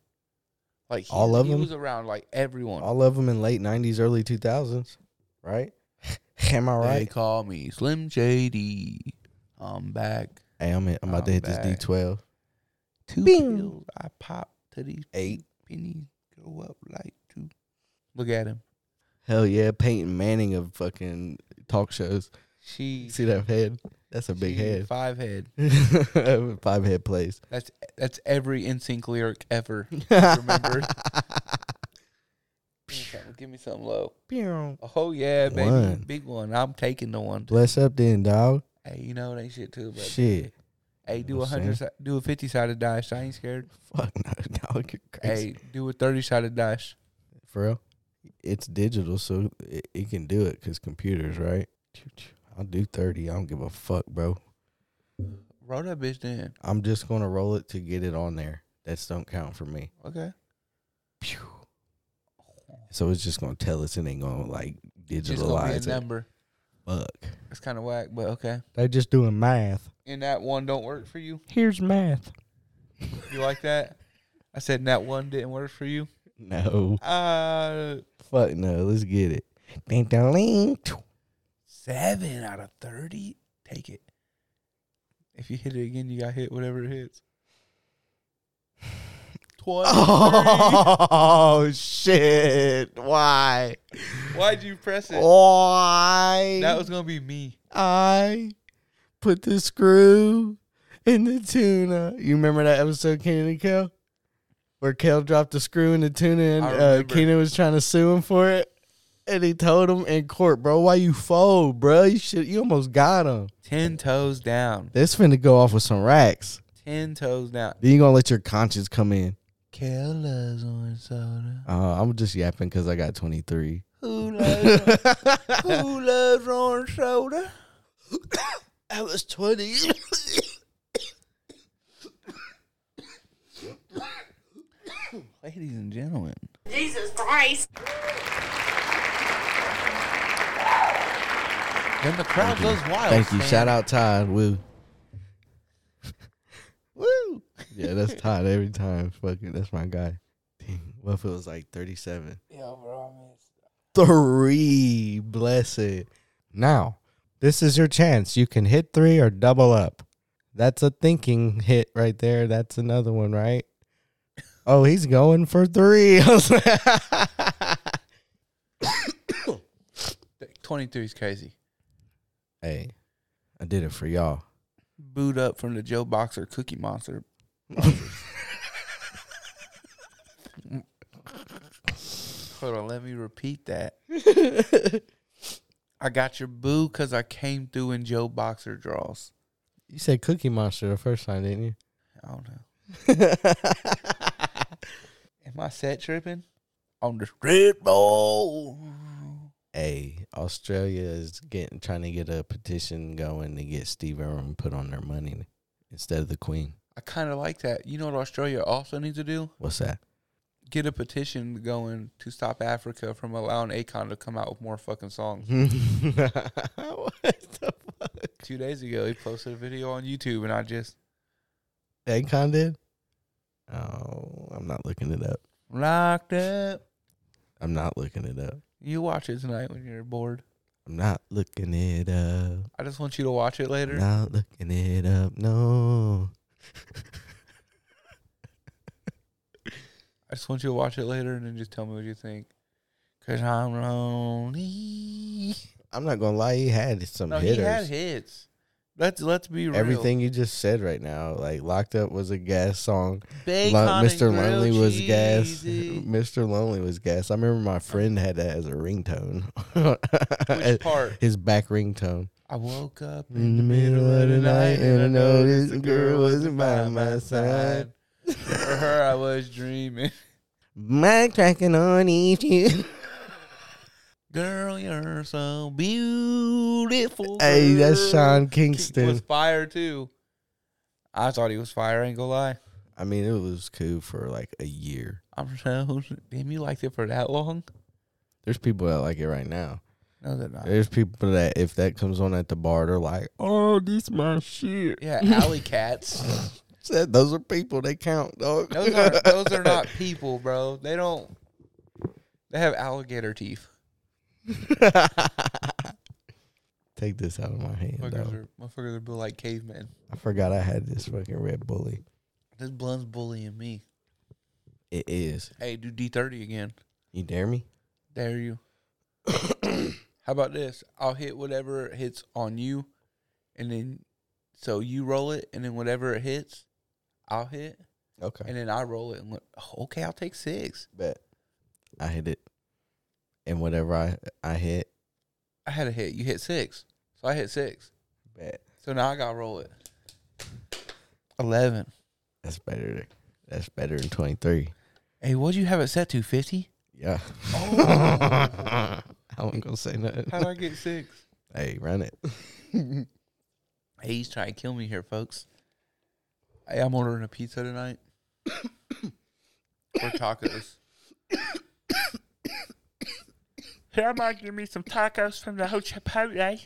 D: Like he,
C: All of
D: he
C: them?
D: was around like everyone.
C: All of them in late '90s, early 2000s, right? [LAUGHS] Am I
D: They
C: right?
D: call me Slim Shady. I'm back.
C: Hey, I'm, in, I'm about to hit
D: I'm
C: this D12.
D: Two
C: Bing.
D: pills I pop to these
C: Eight.
D: pennies go up like two. Look at him.
C: Hell yeah, Peyton Manning of fucking talk shows.
D: She
C: You see that head? That's a big
D: she
C: head.
D: Five head.
C: [LAUGHS] Five head plays.
D: That's that's every NSYNC lyric
C: [LAUGHS]
D: ever. Remember? Give me something- Give me something low. Oh yeah, baby,
C: One.
D: big one. I'm taking the one.
C: Bless up then, dog.
D: Hey, you know they shit too, but
C: Shit.
D: Hey, do
C: what
D: a
C: I'm
D: hundred, si- do a fifty sided dash. I ain't scared.
C: Fuck [LAUGHS] no, dog. You're crazy.
D: Hey, do a thirty sided dash.
C: For real? It's digital, so it, it can do it because computers, right? I'll do 30. I don't give a fuck, bro.
D: Roll that bitch then.
C: I'm just going to roll it to get it on there. That's don't count for me.
D: Okay.
C: Pew. So it's just going to tell us it ain't going to like
D: Just gonna
C: digitalize
D: be a
C: it.
D: number.
C: Fuck.
D: It's kind of whack, but okay.
C: They just doing math.
D: And that one don't work for you.
E: Here's math.
D: You like that? I said that one didn't work for you.
C: No. [LAUGHS]
D: Uh,
C: Fuck no. Let's get it. Ding, dong, ling.
D: seven out of thirty. Take it. If you hit it again, you got hit. Whatever it hits. [SIGHS] [LAUGHS] Twenty.
C: Oh, shit. Why?
D: Why'd you press it?
C: Why?
D: That was gonna be me.
C: I put the screw in the tuna. You remember that episode, Keenan and Kel? Where Kel dropped the screw in the tuna and
D: I
C: uh,
D: remember.
C: Keenan was trying to sue him for it. And he told him in court, bro, why you fold, bro? You should, you almost got him.
D: Ten toes down.
C: This finna go off with some racks.
D: Ten toes down.
C: Then you gonna let your conscience come in.
D: Kel loves orange soda.
C: Uh, I'm just yapping because I got 23.
D: Who loves Who loves orange soda?
C: I was 20.
D: Ladies and gentlemen,
G: Jesus Christ.
D: then the crowd goes wild.
C: Thank you.
D: fam.
C: Shout out Todd. [LAUGHS] Woo.
D: Woo!
C: Yeah, that's Todd every time. Fucking, that's my guy. Dang, what if it was like 37?
D: Yeah, bro, I missed.
C: Three, bless it. Now, this is your chance. You can hit three or double up. That's a thinking hit right there. That's another one, right? Oh, he's going for three. [LAUGHS]
D: Twenty-three is crazy.
C: hey, I did it for y'all.
D: Boot up from the Joe Boxer Cookie Monster. Hold on, let me repeat that. I got your boo because I came through in Joe Boxer draws.
C: You said Cookie Monster the first time, didn't you?
D: I don't know. Am I set tripping? On the strip ball.
C: Hey, Australia is getting trying to get a petition going to get Steve Irwin put on their money instead of the Queen.
D: I kind of like that. You know what Australia also needs to do?
C: What's
D: [LAUGHS]
C: that?
D: Get a petition going to stop Africa from allowing Akon to come out with more fucking songs.
C: what the fuck?
D: Two days ago, he posted a video on YouTube, and I just
C: Akon did? Oh, I'm not looking it up.
D: locked up.
C: I'm not looking it up.
D: You watch it tonight when you're bored.
C: I'm not looking it up.
D: I just want you to watch it later.
C: Not looking it up. No.
D: I just want you to watch it later and then just tell me what you think. Cause I'm lonely.
C: I'm not gonna lie. He had some
D: No,
C: hitters.
D: he had hits. Let's let's be real.
C: Everything you just said right now, like "Locked Up" was a gas song.
D: Bacon
C: Lo-
D: and
C: Mr. Lonely
D: grilled
C: was gas. [LAUGHS]
D: cheesy.
C: Mr. Lonely was gas. I remember my friend had that as a ringtone. [LAUGHS]
D: Which part?
C: His back ringtone.
D: I woke up
C: In the middle of the night and I noticed the girl wasn't by my side.
D: For her, I was dreaming.
C: Backtracking on each you.
D: Girl, you're so beautiful.
C: Hey, that's
D: girl.
C: Sean
D: King was
C: Kingston.
D: fire too. I thought he was fire. I ain't gonna lie.
C: [LAUGHS] I mean, it was cool for like a year.
D: I'm so damn. You liked it for that long?
C: There's people that like it right now.
D: No, they're not.
C: There's people that if that comes on at the bar, they're like,
E: Oh, this my shit.
D: Yeah, alley cats.
C: said those are people. They count, dog. [LAUGHS]
D: Those are those are not people, bro. They don't. They have alligator teeth.
C: Take this out of my hand,
D: Motherfuckers
C: dog.
D: are, motherfuckers are built like cavemen.
C: I forgot I had this fucking red bully.
D: This blunt's bullying me.
C: It is.
D: Hey, do D thirty again.
C: You dare me?
D: Dare you? [COUGHS] How about this? I'll hit whatever hits on you, and then so you roll it, and then whatever it hits, I'll hit,
C: Okay.
D: and then I roll it, and look, oh, okay, I'll take six.
C: Bet. I hit it. And whatever I I hit,
D: I had a hit. You hit six, so I hit six.
C: bet.
D: So now I gotta roll it. Eleven.
C: That's better. That's better than 23.
D: Hey, what'd you have it set to? Fifty. [LAUGHS]
C: Yeah. I wasn't going to say nothing.
D: How'd I get six?
C: Hey, run it.
D: [LAUGHS] Hey, he's trying to kill me here, folks. Hey, I'm ordering a pizza tonight. [COUGHS] or tacos. Hey, I might give me some tacos from the whole Chipotle.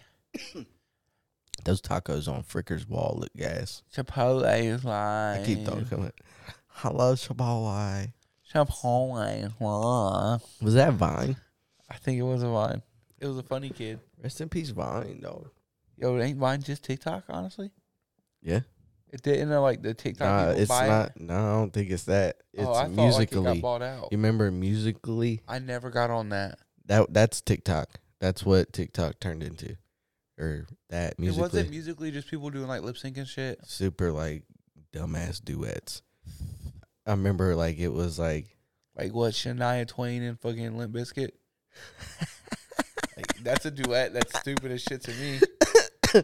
C: Those tacos on Fricker's wall look gas.
D: Chipotle is lying.
C: I keep talking. about- Hello, Chipotle.
D: Chipotle is lying.
C: Was that Vine?
D: I think it was a Vine. It was a funny kid.
C: Rest in peace, Vine, dog.
D: Yo, ain't Vine just TikTok, honestly?
C: Yeah.
D: It didn't, uh, like, the TikTok
C: Nah,
D: people
C: it's
D: buy
C: not.
D: it?
C: No, I don't think it's that. It's
D: oh, I thought, like, it
C: musically.
D: got bought out.
C: you remember musically?
D: I never got on that.
C: That that's TikTok. That's what TikTok turned into, or that musically.
D: It wasn't musically just people doing, like, lip sync and shit.
C: super like dumbass duets. I remember like it was like
D: Like what Shania Twain and fucking Limp
C: [LAUGHS]
D: Bizkit? like, that's a duet. That's stupid as shit to
C: [LAUGHS]
D: me.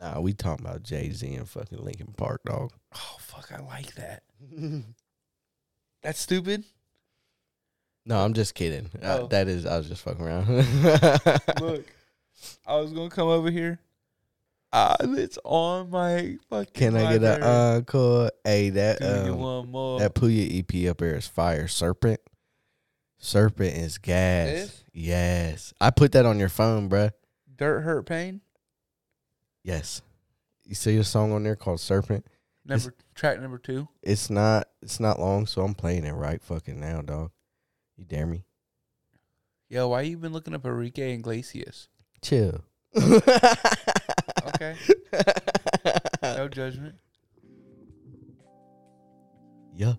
C: nah, we talking about Jay Z and fucking Linkin Park,
D: [LAUGHS]
C: dog.
D: Oh fuck, I like that. that's stupid.
C: No, I'm just kidding. Uh,
D: Oh.
C: that is, I was just fucking around.
D: [LAUGHS] Look, I was gonna come over here. Ah, it's on my fucking.
C: [LAUGHS] Can I get an
D: library.
C: encore? Hey, that
D: Do you
C: um,
D: want more?
C: that Puya EP up there is fire. Serpent, Serpent is gas.
D: This?
C: Yes, I put that on your phone, bruh.
D: Dirt hurt pain.
C: Yes, you see a song on there called Serpent.
D: Number track number two.
C: It's not it's not long, so I'm playing it right fucking now, dog. You dare me?
D: Yo, why you been looking up Enrique Iglesias?
C: Chill. [LAUGHS]
D: Okay, no judgment. [LAUGHS]
C: yeah.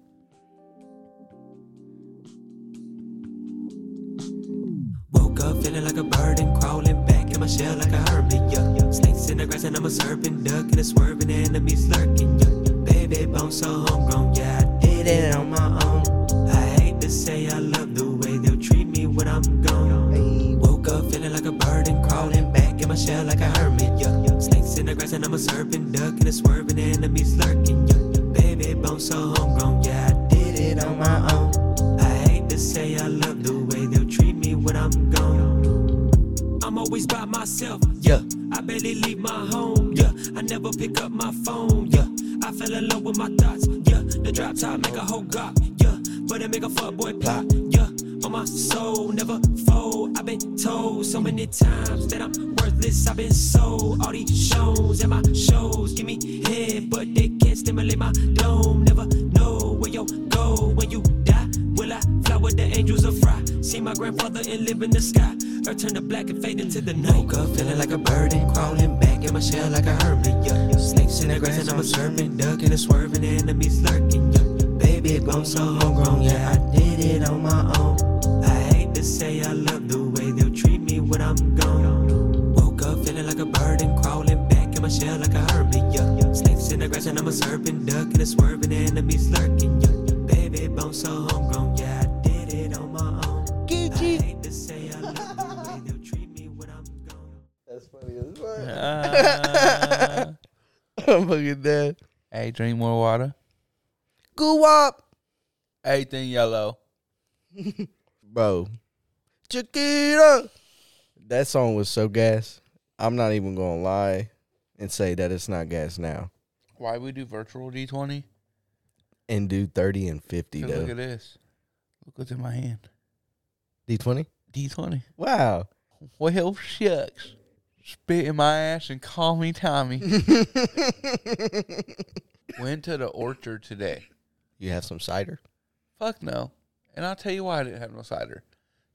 B: Woke up feeling like a bird and crawling back in my shell like a hermit. Yeah. Snakes in the grass and I'm a serpent, ducking and swerving, enemies lurking. Yeah. Baby, I'm so homegrown. Yeah, I did it on my own. I hate to say I love the way they'll treat me when I'm gone. Woke up feeling like a bird and crawling back in my shell like a hermit. Yeah. Snakes in the grass and I'm a serpent, ducking and swerving, enemies lurking. Yeah. Baby, I'm so homegrown. Yeah, I did it on my own. I hate to say I love the way they'll treat me when I'm gone. I'm always by myself, yeah. I barely leave my home, yeah. I never pick up my phone, yeah. I fell in love with my thoughts, yeah. The drop top make a whole gop, yeah. But it make a fuck boy plot, yeah. On my soul, never fold. I've been told so many times that I'm worthless. I've been sold. All these shows and my shows give me head, but they can't stimulate my dome. Never know where you'll go when you die. Will I fly with the angels of fry? See my grandfather and live in the sky. Earth turn to black and fade into the night. Woke up feeling like a bird and crawling back in my shell like a hermit. Yeah. Snakes in the grass and I'm a serpent, ducking and swerving, enemies lurking. Yeah. Baby, I'm so homegrown. Yeah, I did it on my own. I hate to say I love the way they'll treat me when I'm gone. Woke up feeling like a bird and crawling back in my shell like a hermit. Yeah. Snakes in the grass and I'm a serpent, ducking and swerving, enemies lurking. Yeah. Baby, I'm so homegrown. Yeah, I did it on my own. I hate to say I love the way they'll treat me when I'm gone.
D: Ah.
C: I'm fucking dead.
D: hey, drink more water.
C: Goo up,
D: Anything yellow.
C: bro. Chiquita. That song was so gas. I'm not even gonna lie and say that it's not gas now.
D: Why we do virtual D twenty?
C: And do 30 and 50
D: Look at
C: though.
D: this. Look what's in my hand.
C: D20.
D: D twenty.
C: Wow.
D: Well, shucks.
C: [LAUGHS]
D: Spit in my ass and call me Tommy. Went to the orchard today.
C: You have some cider?
D: Fuck no. And I'll tell you why I didn't have no cider.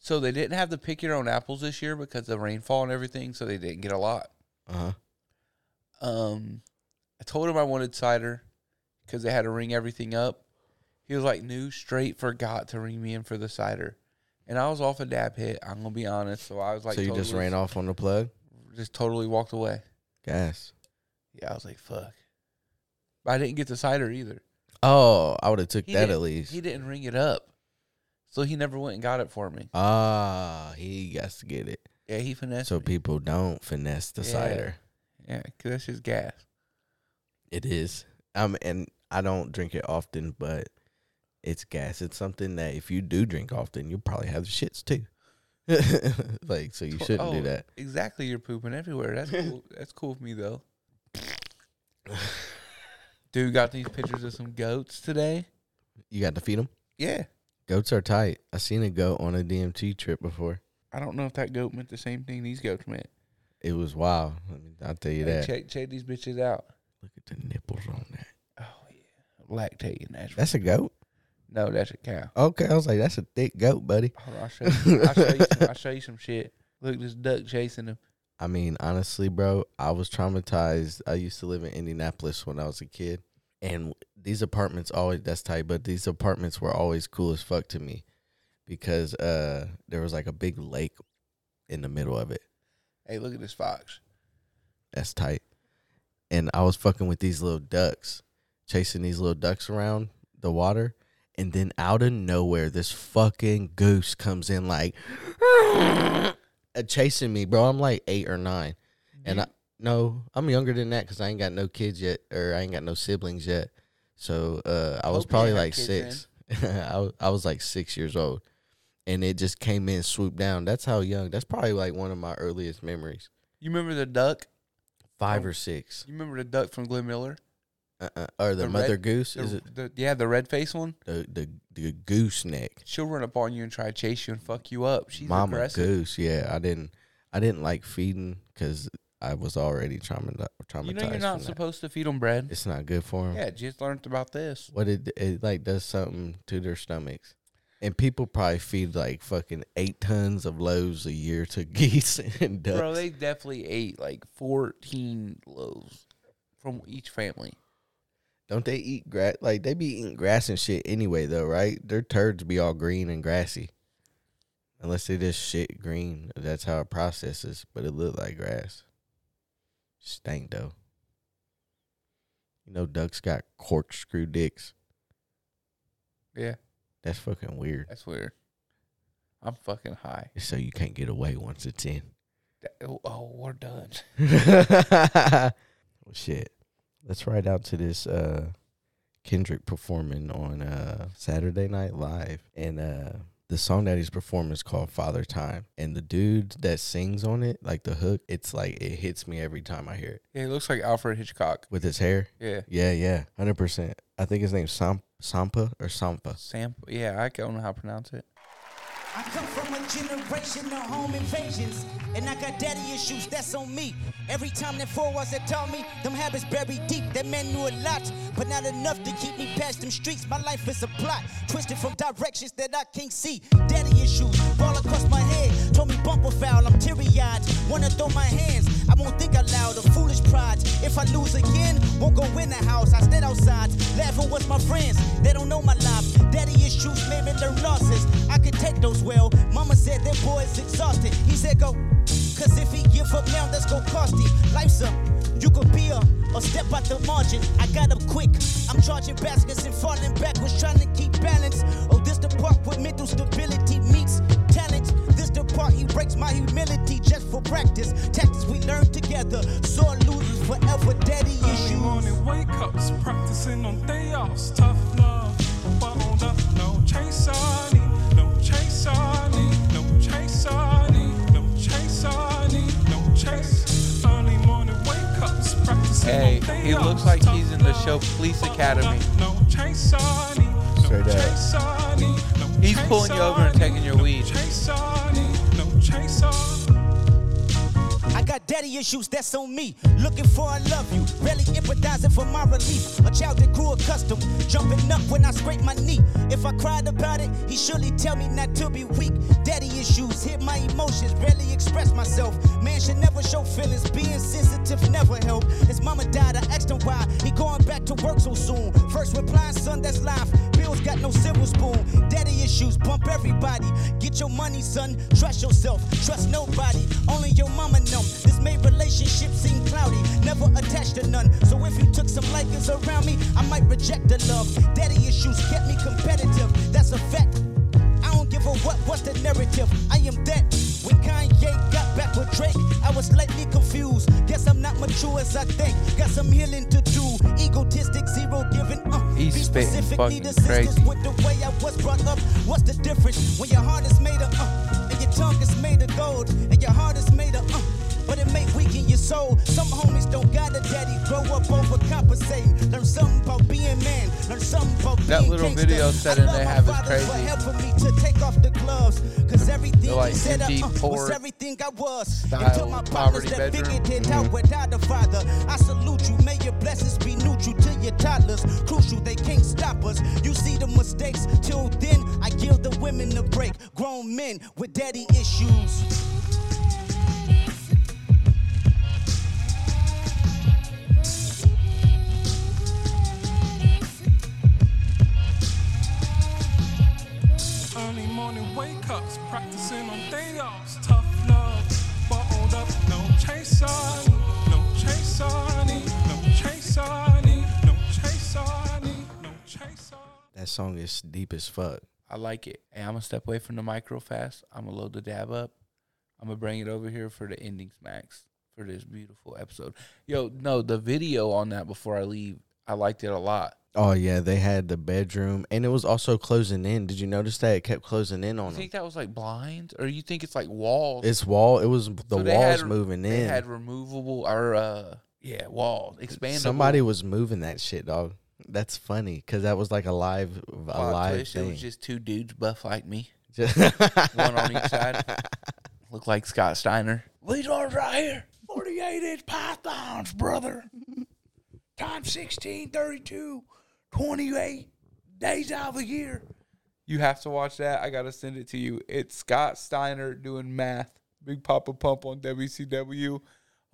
D: So they didn't have the pick your own apples this year because of rainfall and everything, so they didn't get a lot.
C: Uh
D: Uh-huh.
C: huh.
D: Um, I told him I wanted cider because they had to ring everything up. He was like, "New straight forgot to ring me in for the cider," and I was off a dab hit. I'm gonna be honest, so I was like,
C: so you just
D: totally-
C: ran off on the plug?
D: just totally walked away.
C: Gas.
D: Yeah, I was like, "Fuck," but I didn't get the cider either.
C: Oh, I would have took
D: He
C: that
D: didn't-
C: at least.
D: he didn't ring it up, so he never went and got it for me.
C: Ah, he got to get it.
D: Yeah, he finessed.
C: So
D: me.
C: people don't finesse the
D: Yeah.
C: cider.
D: yeah, because that's just gas.
C: It is. Um, and I don't drink it often, but it's gas. It's something that if you do drink often, you'll probably have the shits too. [LAUGHS] like, so you shouldn't do
D: Oh,
C: that.
D: Exactly, you're pooping everywhere. That's
C: [LAUGHS]
D: cool. That's cool with me though. Dude got these pictures of some goats today.
C: You got to feed them.
D: Yeah.
C: Goats are tight. I seen a goat on a DMT trip before.
D: I don't know if that goat meant the same thing these goats meant.
C: It was wild. I mean, I'll tell you
D: Hey,
C: that.
D: check check these bitches out. Oh,
C: Look at the nipples on that.
D: Lactating natural.
C: That's a goat.
D: no, that's a cow.
C: Okay, I was like, that's a thick goat, buddy.
D: Hold on, I'll show you. I'll show you, some, I'll show you some shit. Look, this duck chasing him.
C: I mean, honestly, bro, I was traumatized. I used to live in Indianapolis when I was a kid, and these apartments always that's tight, but these apartments were always cool as fuck to me because uh there was like a big lake in the middle of it.
D: Hey, look at this fox.
C: That's tight. And I was fucking with these little ducks, chasing these little ducks around the water. And then out of nowhere, this fucking goose comes in like uh, chasing me, bro. I'm like eight or nine. And I, no, I'm younger than that because I ain't got no kids yet, or I ain't got no siblings yet. So uh, I was
D: Hope you
C: probably
D: have
C: like
D: kids
C: six. [LAUGHS] I, was, I was like six years old. And it just came in, swooped down. That's how young. That's probably like one of my earliest memories.
D: You remember the duck?
C: Five
D: Oh.
C: or six.
D: You remember the duck from Glenn Miller?
C: Uh-uh. Or the,
D: The
C: mother
D: red-
C: goose?
D: The,
C: is it
D: the- yeah, the red face one.
C: the the, the goose neck?
D: She'll run up on you and try to chase you and fuck you up. She's
C: Mama
D: aggressive.
C: goose. Yeah, I didn't I didn't like feeding because I was already traumata- traumatized.
D: You know you're not
C: from that.
D: supposed to feed them bread.
C: It's not good for them.
D: Yeah, just learned about this.
C: What it it like does something to their stomachs. And people probably feed like fucking eight tons of loaves a year to [LAUGHS] geese and ducks.
D: Bro, they definitely ate like 14 loaves from each family.
C: Don't they eat grass? Like they be eating grass and shit anyway, though, right? Their turds be all green and grassy, unless they just shit green. That's how it processes, but it look like grass. Stank though. You know, ducks got corkscrew dicks.
D: Yeah,
C: That's fucking weird.
D: that's weird. I'm fucking high.
C: So you can't get away once it's in.
D: That- Oh, oh, we're done. [LAUGHS]
C: [LAUGHS] well, shit. Let's ride out to this uh Kendrick performing on uh Saturday Night Live and uh the song that he's performing is called Father Time and the dude that sings on it, like the hook, it's like it hits me every time I hear it.
D: Yeah, he looks like Alfred Hitchcock.
C: With his hair.
D: Yeah.
C: Yeah, yeah. Hundred percent. I think his name's Sam Sampa or Sampa.
D: Sam. Yeah, I don't know how to pronounce it.
B: I come from a generation of home invasions, and I got daddy issues, that's on me. Every time that four was that taught me, them habits buried deep. That man knew a lot, but not enough to keep me past them streets. My life is a plot, twisted from directions that I can't see. Daddy issues fall across my head, told me bumper foul, I'm teary eyed. Wanna throw my hands, I won't think out loud, a foolish pride. If I lose again, won't go in the house, I stand outside, laughing with my friends. They don't know my life, daddy issues made me learn losses. I could take those well. Mama said that boy is exhausted. He said go, cause if he give up now, that's gonna cost him. Life's up, you could be up or step out the margin. I got up quick. I'm charging baskets and falling backwards, trying to keep balance. Oh, this the part where mental stability meets talent. This the part he breaks my humility just for practice. Tactics we learn together. So losers forever, daddy issues.
K: morning wake ups, practicing on day offs. Tough love, bottled up, no chase on it, no chase on it, no chase on it, no chase on it, no chase. Early morning wake ups, practicing
D: Hey,
K: on day
D: he looks
K: offs,
D: like
K: tough
D: he's in the
K: love,
D: show Police
K: bottled
D: Academy.
K: up, No chase on it, no
C: Straight up.
K: chase on it, no
D: He's
K: chase
D: pulling you over and
K: on it,
D: taking your
K: no
D: weed.
K: Chase on it, no chase on it.
B: I got Daddy issues, that's on me. Looking for I love you, barely empathizing for my relief. A child that grew accustomed, jumping up when I scrape my knee. If I cried about it, he surely tell me not to be weak. Daddy issues, hit my emotions, barely express myself. Man should never show feelings, being sensitive never help. His mama died, I asked him why. He going back to work so soon. First reply, son, that's life. Bills got no silver spoon. Daddy issues, bump everybody. Get your money, son, trust yourself, trust nobody. Only your mama know. This made relationship seem cloudy, never attached to none. So if you took some likings around me, I might reject the love. Daddy issues kept me competitive, that's a fact. I don't give a what, what's the narrative? I am that. When Kanye got back with Drake, I was slightly confused. Guess I'm not mature as I think. Got some healing to do. Egotistic, zero giving up.
D: He's
B: Be
D: spitting
B: specific,
D: fucking
B: need assistance
D: crazy.
B: with the way I was brought up. What's the difference when your heart is made of uh, and your tongue is made of gold and your heart is made of uh, but it may weaken your soul. Some homies don't got a daddy, grow up overcompensate. Learn something about being man, learn something about
D: That
B: being
D: little
B: gangsta.
D: video set in
B: I love
D: they
B: my
D: have is
B: father for
D: crazy.
B: helping me to take off the gloves. Cause everything
D: like
B: he said I,
D: MD
B: uh, was
D: Port
B: everything I was.
D: style
B: And to my partners
D: poverty
B: that
D: bedroom. Mm-hmm.
B: figured it out without a father, I salute you. May your blessings be neutral to your toddlers. Crucial, they can't stop us. You see the mistakes. Till then, I give the women a break. Grown men with daddy issues.
K: Early morning wake ups, practicing on day offs. Tough love, bottled up, no chase on it, no chase on it, no chase on it, no chase on it, no chase on
C: That song is deep as fuck.
D: I like it. Hey, I'm gonna step away from the mic real fast. I'm gonna load the dab up. I'm gonna bring it over here for the ending smacks for this beautiful episode. Yo, no, the video on that before I leave, I liked it a lot.
C: Oh yeah, they had the bedroom, and it was also closing in. Did you notice that it kept closing in
D: You
C: on them?
D: think that was like blinds, or you think it's like walls?
C: Its wall, it was the
D: So they
C: walls
D: had-
C: moving
D: They
C: in.
D: had removable or uh, yeah, walls expandable.
C: Somebody was moving that shit, dog. That's funny because that was like a live, a
D: Plot
C: live
D: twist, It
C: thing.
D: was just two dudes buff
C: [LAUGHS]
D: like me,
C: Just-
D: one on each side. Looked like Scott Steiner. These are right here. 48 inch pythons, brother. Time 16, 32, 28 days out of a year. You have to watch that. I gotta send it to you. It's Scott Steiner doing math. Big Papa Pump on WCW.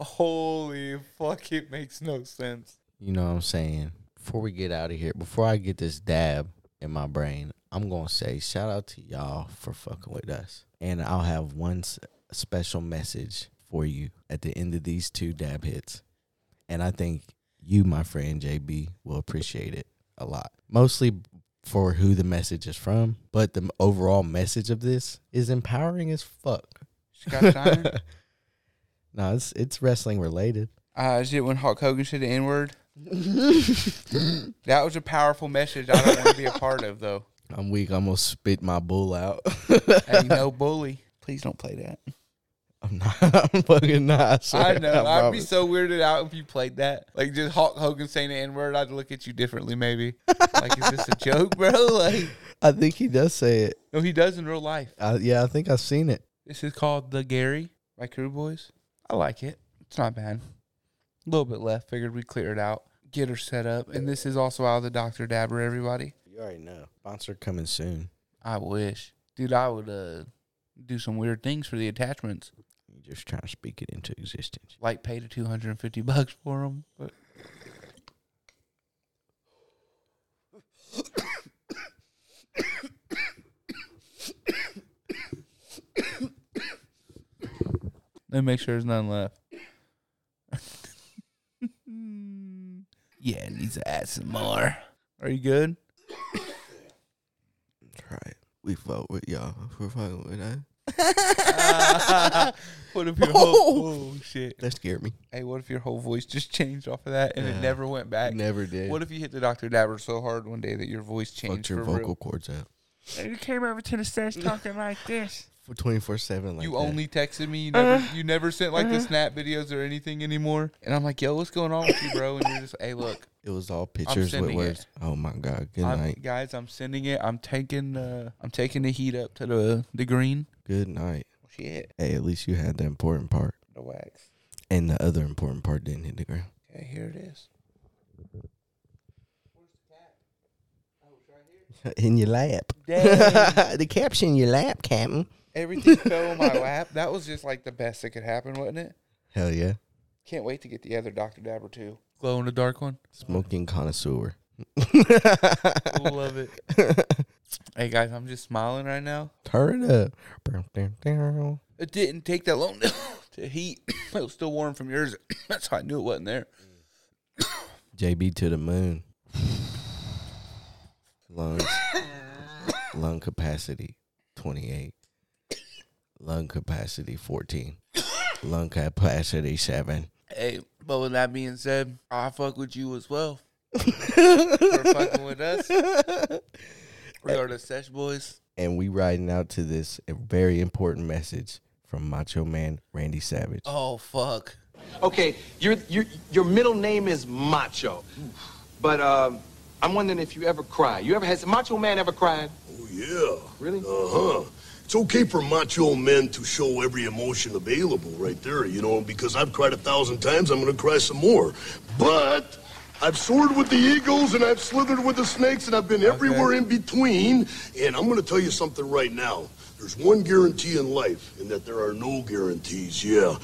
D: Holy fuck! It makes no sense.
C: You know what I'm saying? Before we get out of here, before I get this dab in my brain, I'm going to say shout out to y'all for fucking with us. And I'll have one s- special message for you at the end of these two dab hits. And I think you, my friend JB, will appreciate it a lot. Mostly for who the message is from, but the m- overall message of this is empowering as fuck.
D: Scott
C: [LAUGHS]
D: Steiner.
C: No, it's it's wrestling related.
D: Uh, is it when Hulk Hogan said the N [LAUGHS] word? that was a powerful message. I don't want to be a part of though.
C: I'm weak. I'm gonna spit my bull out. [LAUGHS]
D: Hey, no bully. Please don't play that.
C: [LAUGHS] I'm not. I'm fucking not. I, swear,
D: [LAUGHS] I know. I'd be
C: promise.
D: so weirded out if you played that. Like just Hulk Hogan saying the N word, I'd look at you differently. Maybe. like, is [LAUGHS] this a joke, bro? Like,
C: I think he does say it.
D: no, he does in real life.
C: I, yeah, I think I've seen it.
D: This is called the Gary by Crew Boys. I like it. It's not bad. A little bit left. Figured we'd clear it out, get her set up, and this is also out of the Doctor Dabber. Everybody.
C: You already know. Sponsor coming soon.
D: I wish, dude. I would uh, do some weird things for the attachments,
C: You just trying to speak it into existence.
D: like pay the two hundred and fifty bucks for them. But let me make sure there's none left. [LAUGHS] yeah, it needs to add some more. Are you good? [LAUGHS]
C: Try it. We vote with y'all for fucking with that.
D: What if your whole oh shit?
C: That scared me.
D: Hey, what if your whole voice just [LAUGHS] changed off of that and
C: Yeah.
D: it never went back?
C: Never did.
D: What if you hit the Dr. Dabber so hard one day that your voice changed
C: Fucked your
D: for real?
C: vocal cords out
L: You came over to the stage
C: [LAUGHS]
L: talking like this.
C: for twenty four seven. Like
D: you
C: that.
D: only texted me. You never, you never sent like the snap videos or anything anymore. And I'm like, yo, what's going on with you, bro? And you're just,
C: [LAUGHS]
D: hey, look,
C: It was all pictures with
D: sending it.
C: words. Oh my god. Good
D: I'm,
C: night.
D: guys, I'm sending it. I'm taking, uh, I'm taking the heat up to the the green.
C: Good night.
D: Shit,
C: Hey, at least you had Oh, the important part.
D: the wax.
C: And the other important part didn't hit the ground.
D: Okay, here it is.
C: [LAUGHS] In your lap.
D: Dang.
C: [LAUGHS] the caption in your lap, Captain.
D: Everything [LAUGHS] fell in my lap. That was just like the best that could happen, wasn't it?
C: Hell yeah.
D: Can't wait to get the other Dr. Dabber too. Glow in the dark one.
C: Smoking connoisseur.
D: Love it. [LAUGHS] hey guys, I'm just smiling right now.
C: Turn it up.
D: It didn't take that long [LAUGHS] to heat. it was still warm from yours. [COUGHS] That's how I knew it wasn't there.
C: JB to the moon.
D: [LAUGHS]
C: Lungs. Lung capacity 28. Lung capacity 14. Lung capacity 7.
D: Hey, but with that being said, I fuck with you as well. For fucking with us. We are the Sesh Boys.
C: And we riding out to this very important message from Macho Man Randy Savage.
D: Oh fuck.
A: Okay, your your your middle name is Macho, but um, I'm wondering if you ever cry. You ever has Macho Man ever cried?
M: Oh, yeah.
A: Really?
M: Uh huh. It's okay for macho men to show every emotion available right there, you know, because I've cried a thousand times, I'm gonna cry some more. But I've soared with the eagles and I've slithered with the snakes and I've been everywhere in between. And I'm gonna tell you something right now. There's one guarantee in life, and that there are no guarantees, yeah.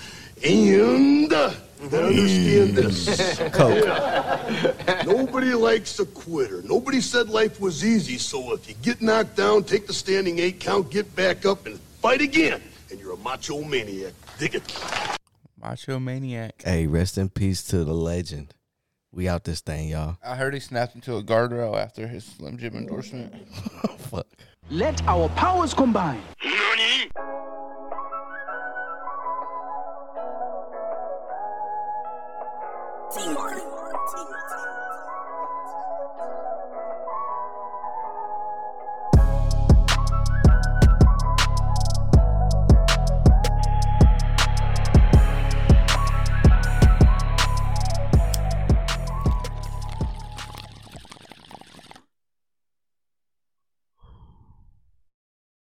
M: And uh, then understand this.
C: Coke.
M: Nobody likes a quitter. Nobody said life was easy, so if you get knocked down, take the standing eight count, get back up, and fight again. And you're a macho maniac. Dig it.
D: Macho Maniac.
C: Hey, rest in peace to the legend. We out this thing, y'all.
D: I heard he snapped into a guardrail after his Slim Jim endorsement.
C: Fuck.
A: Let our powers combine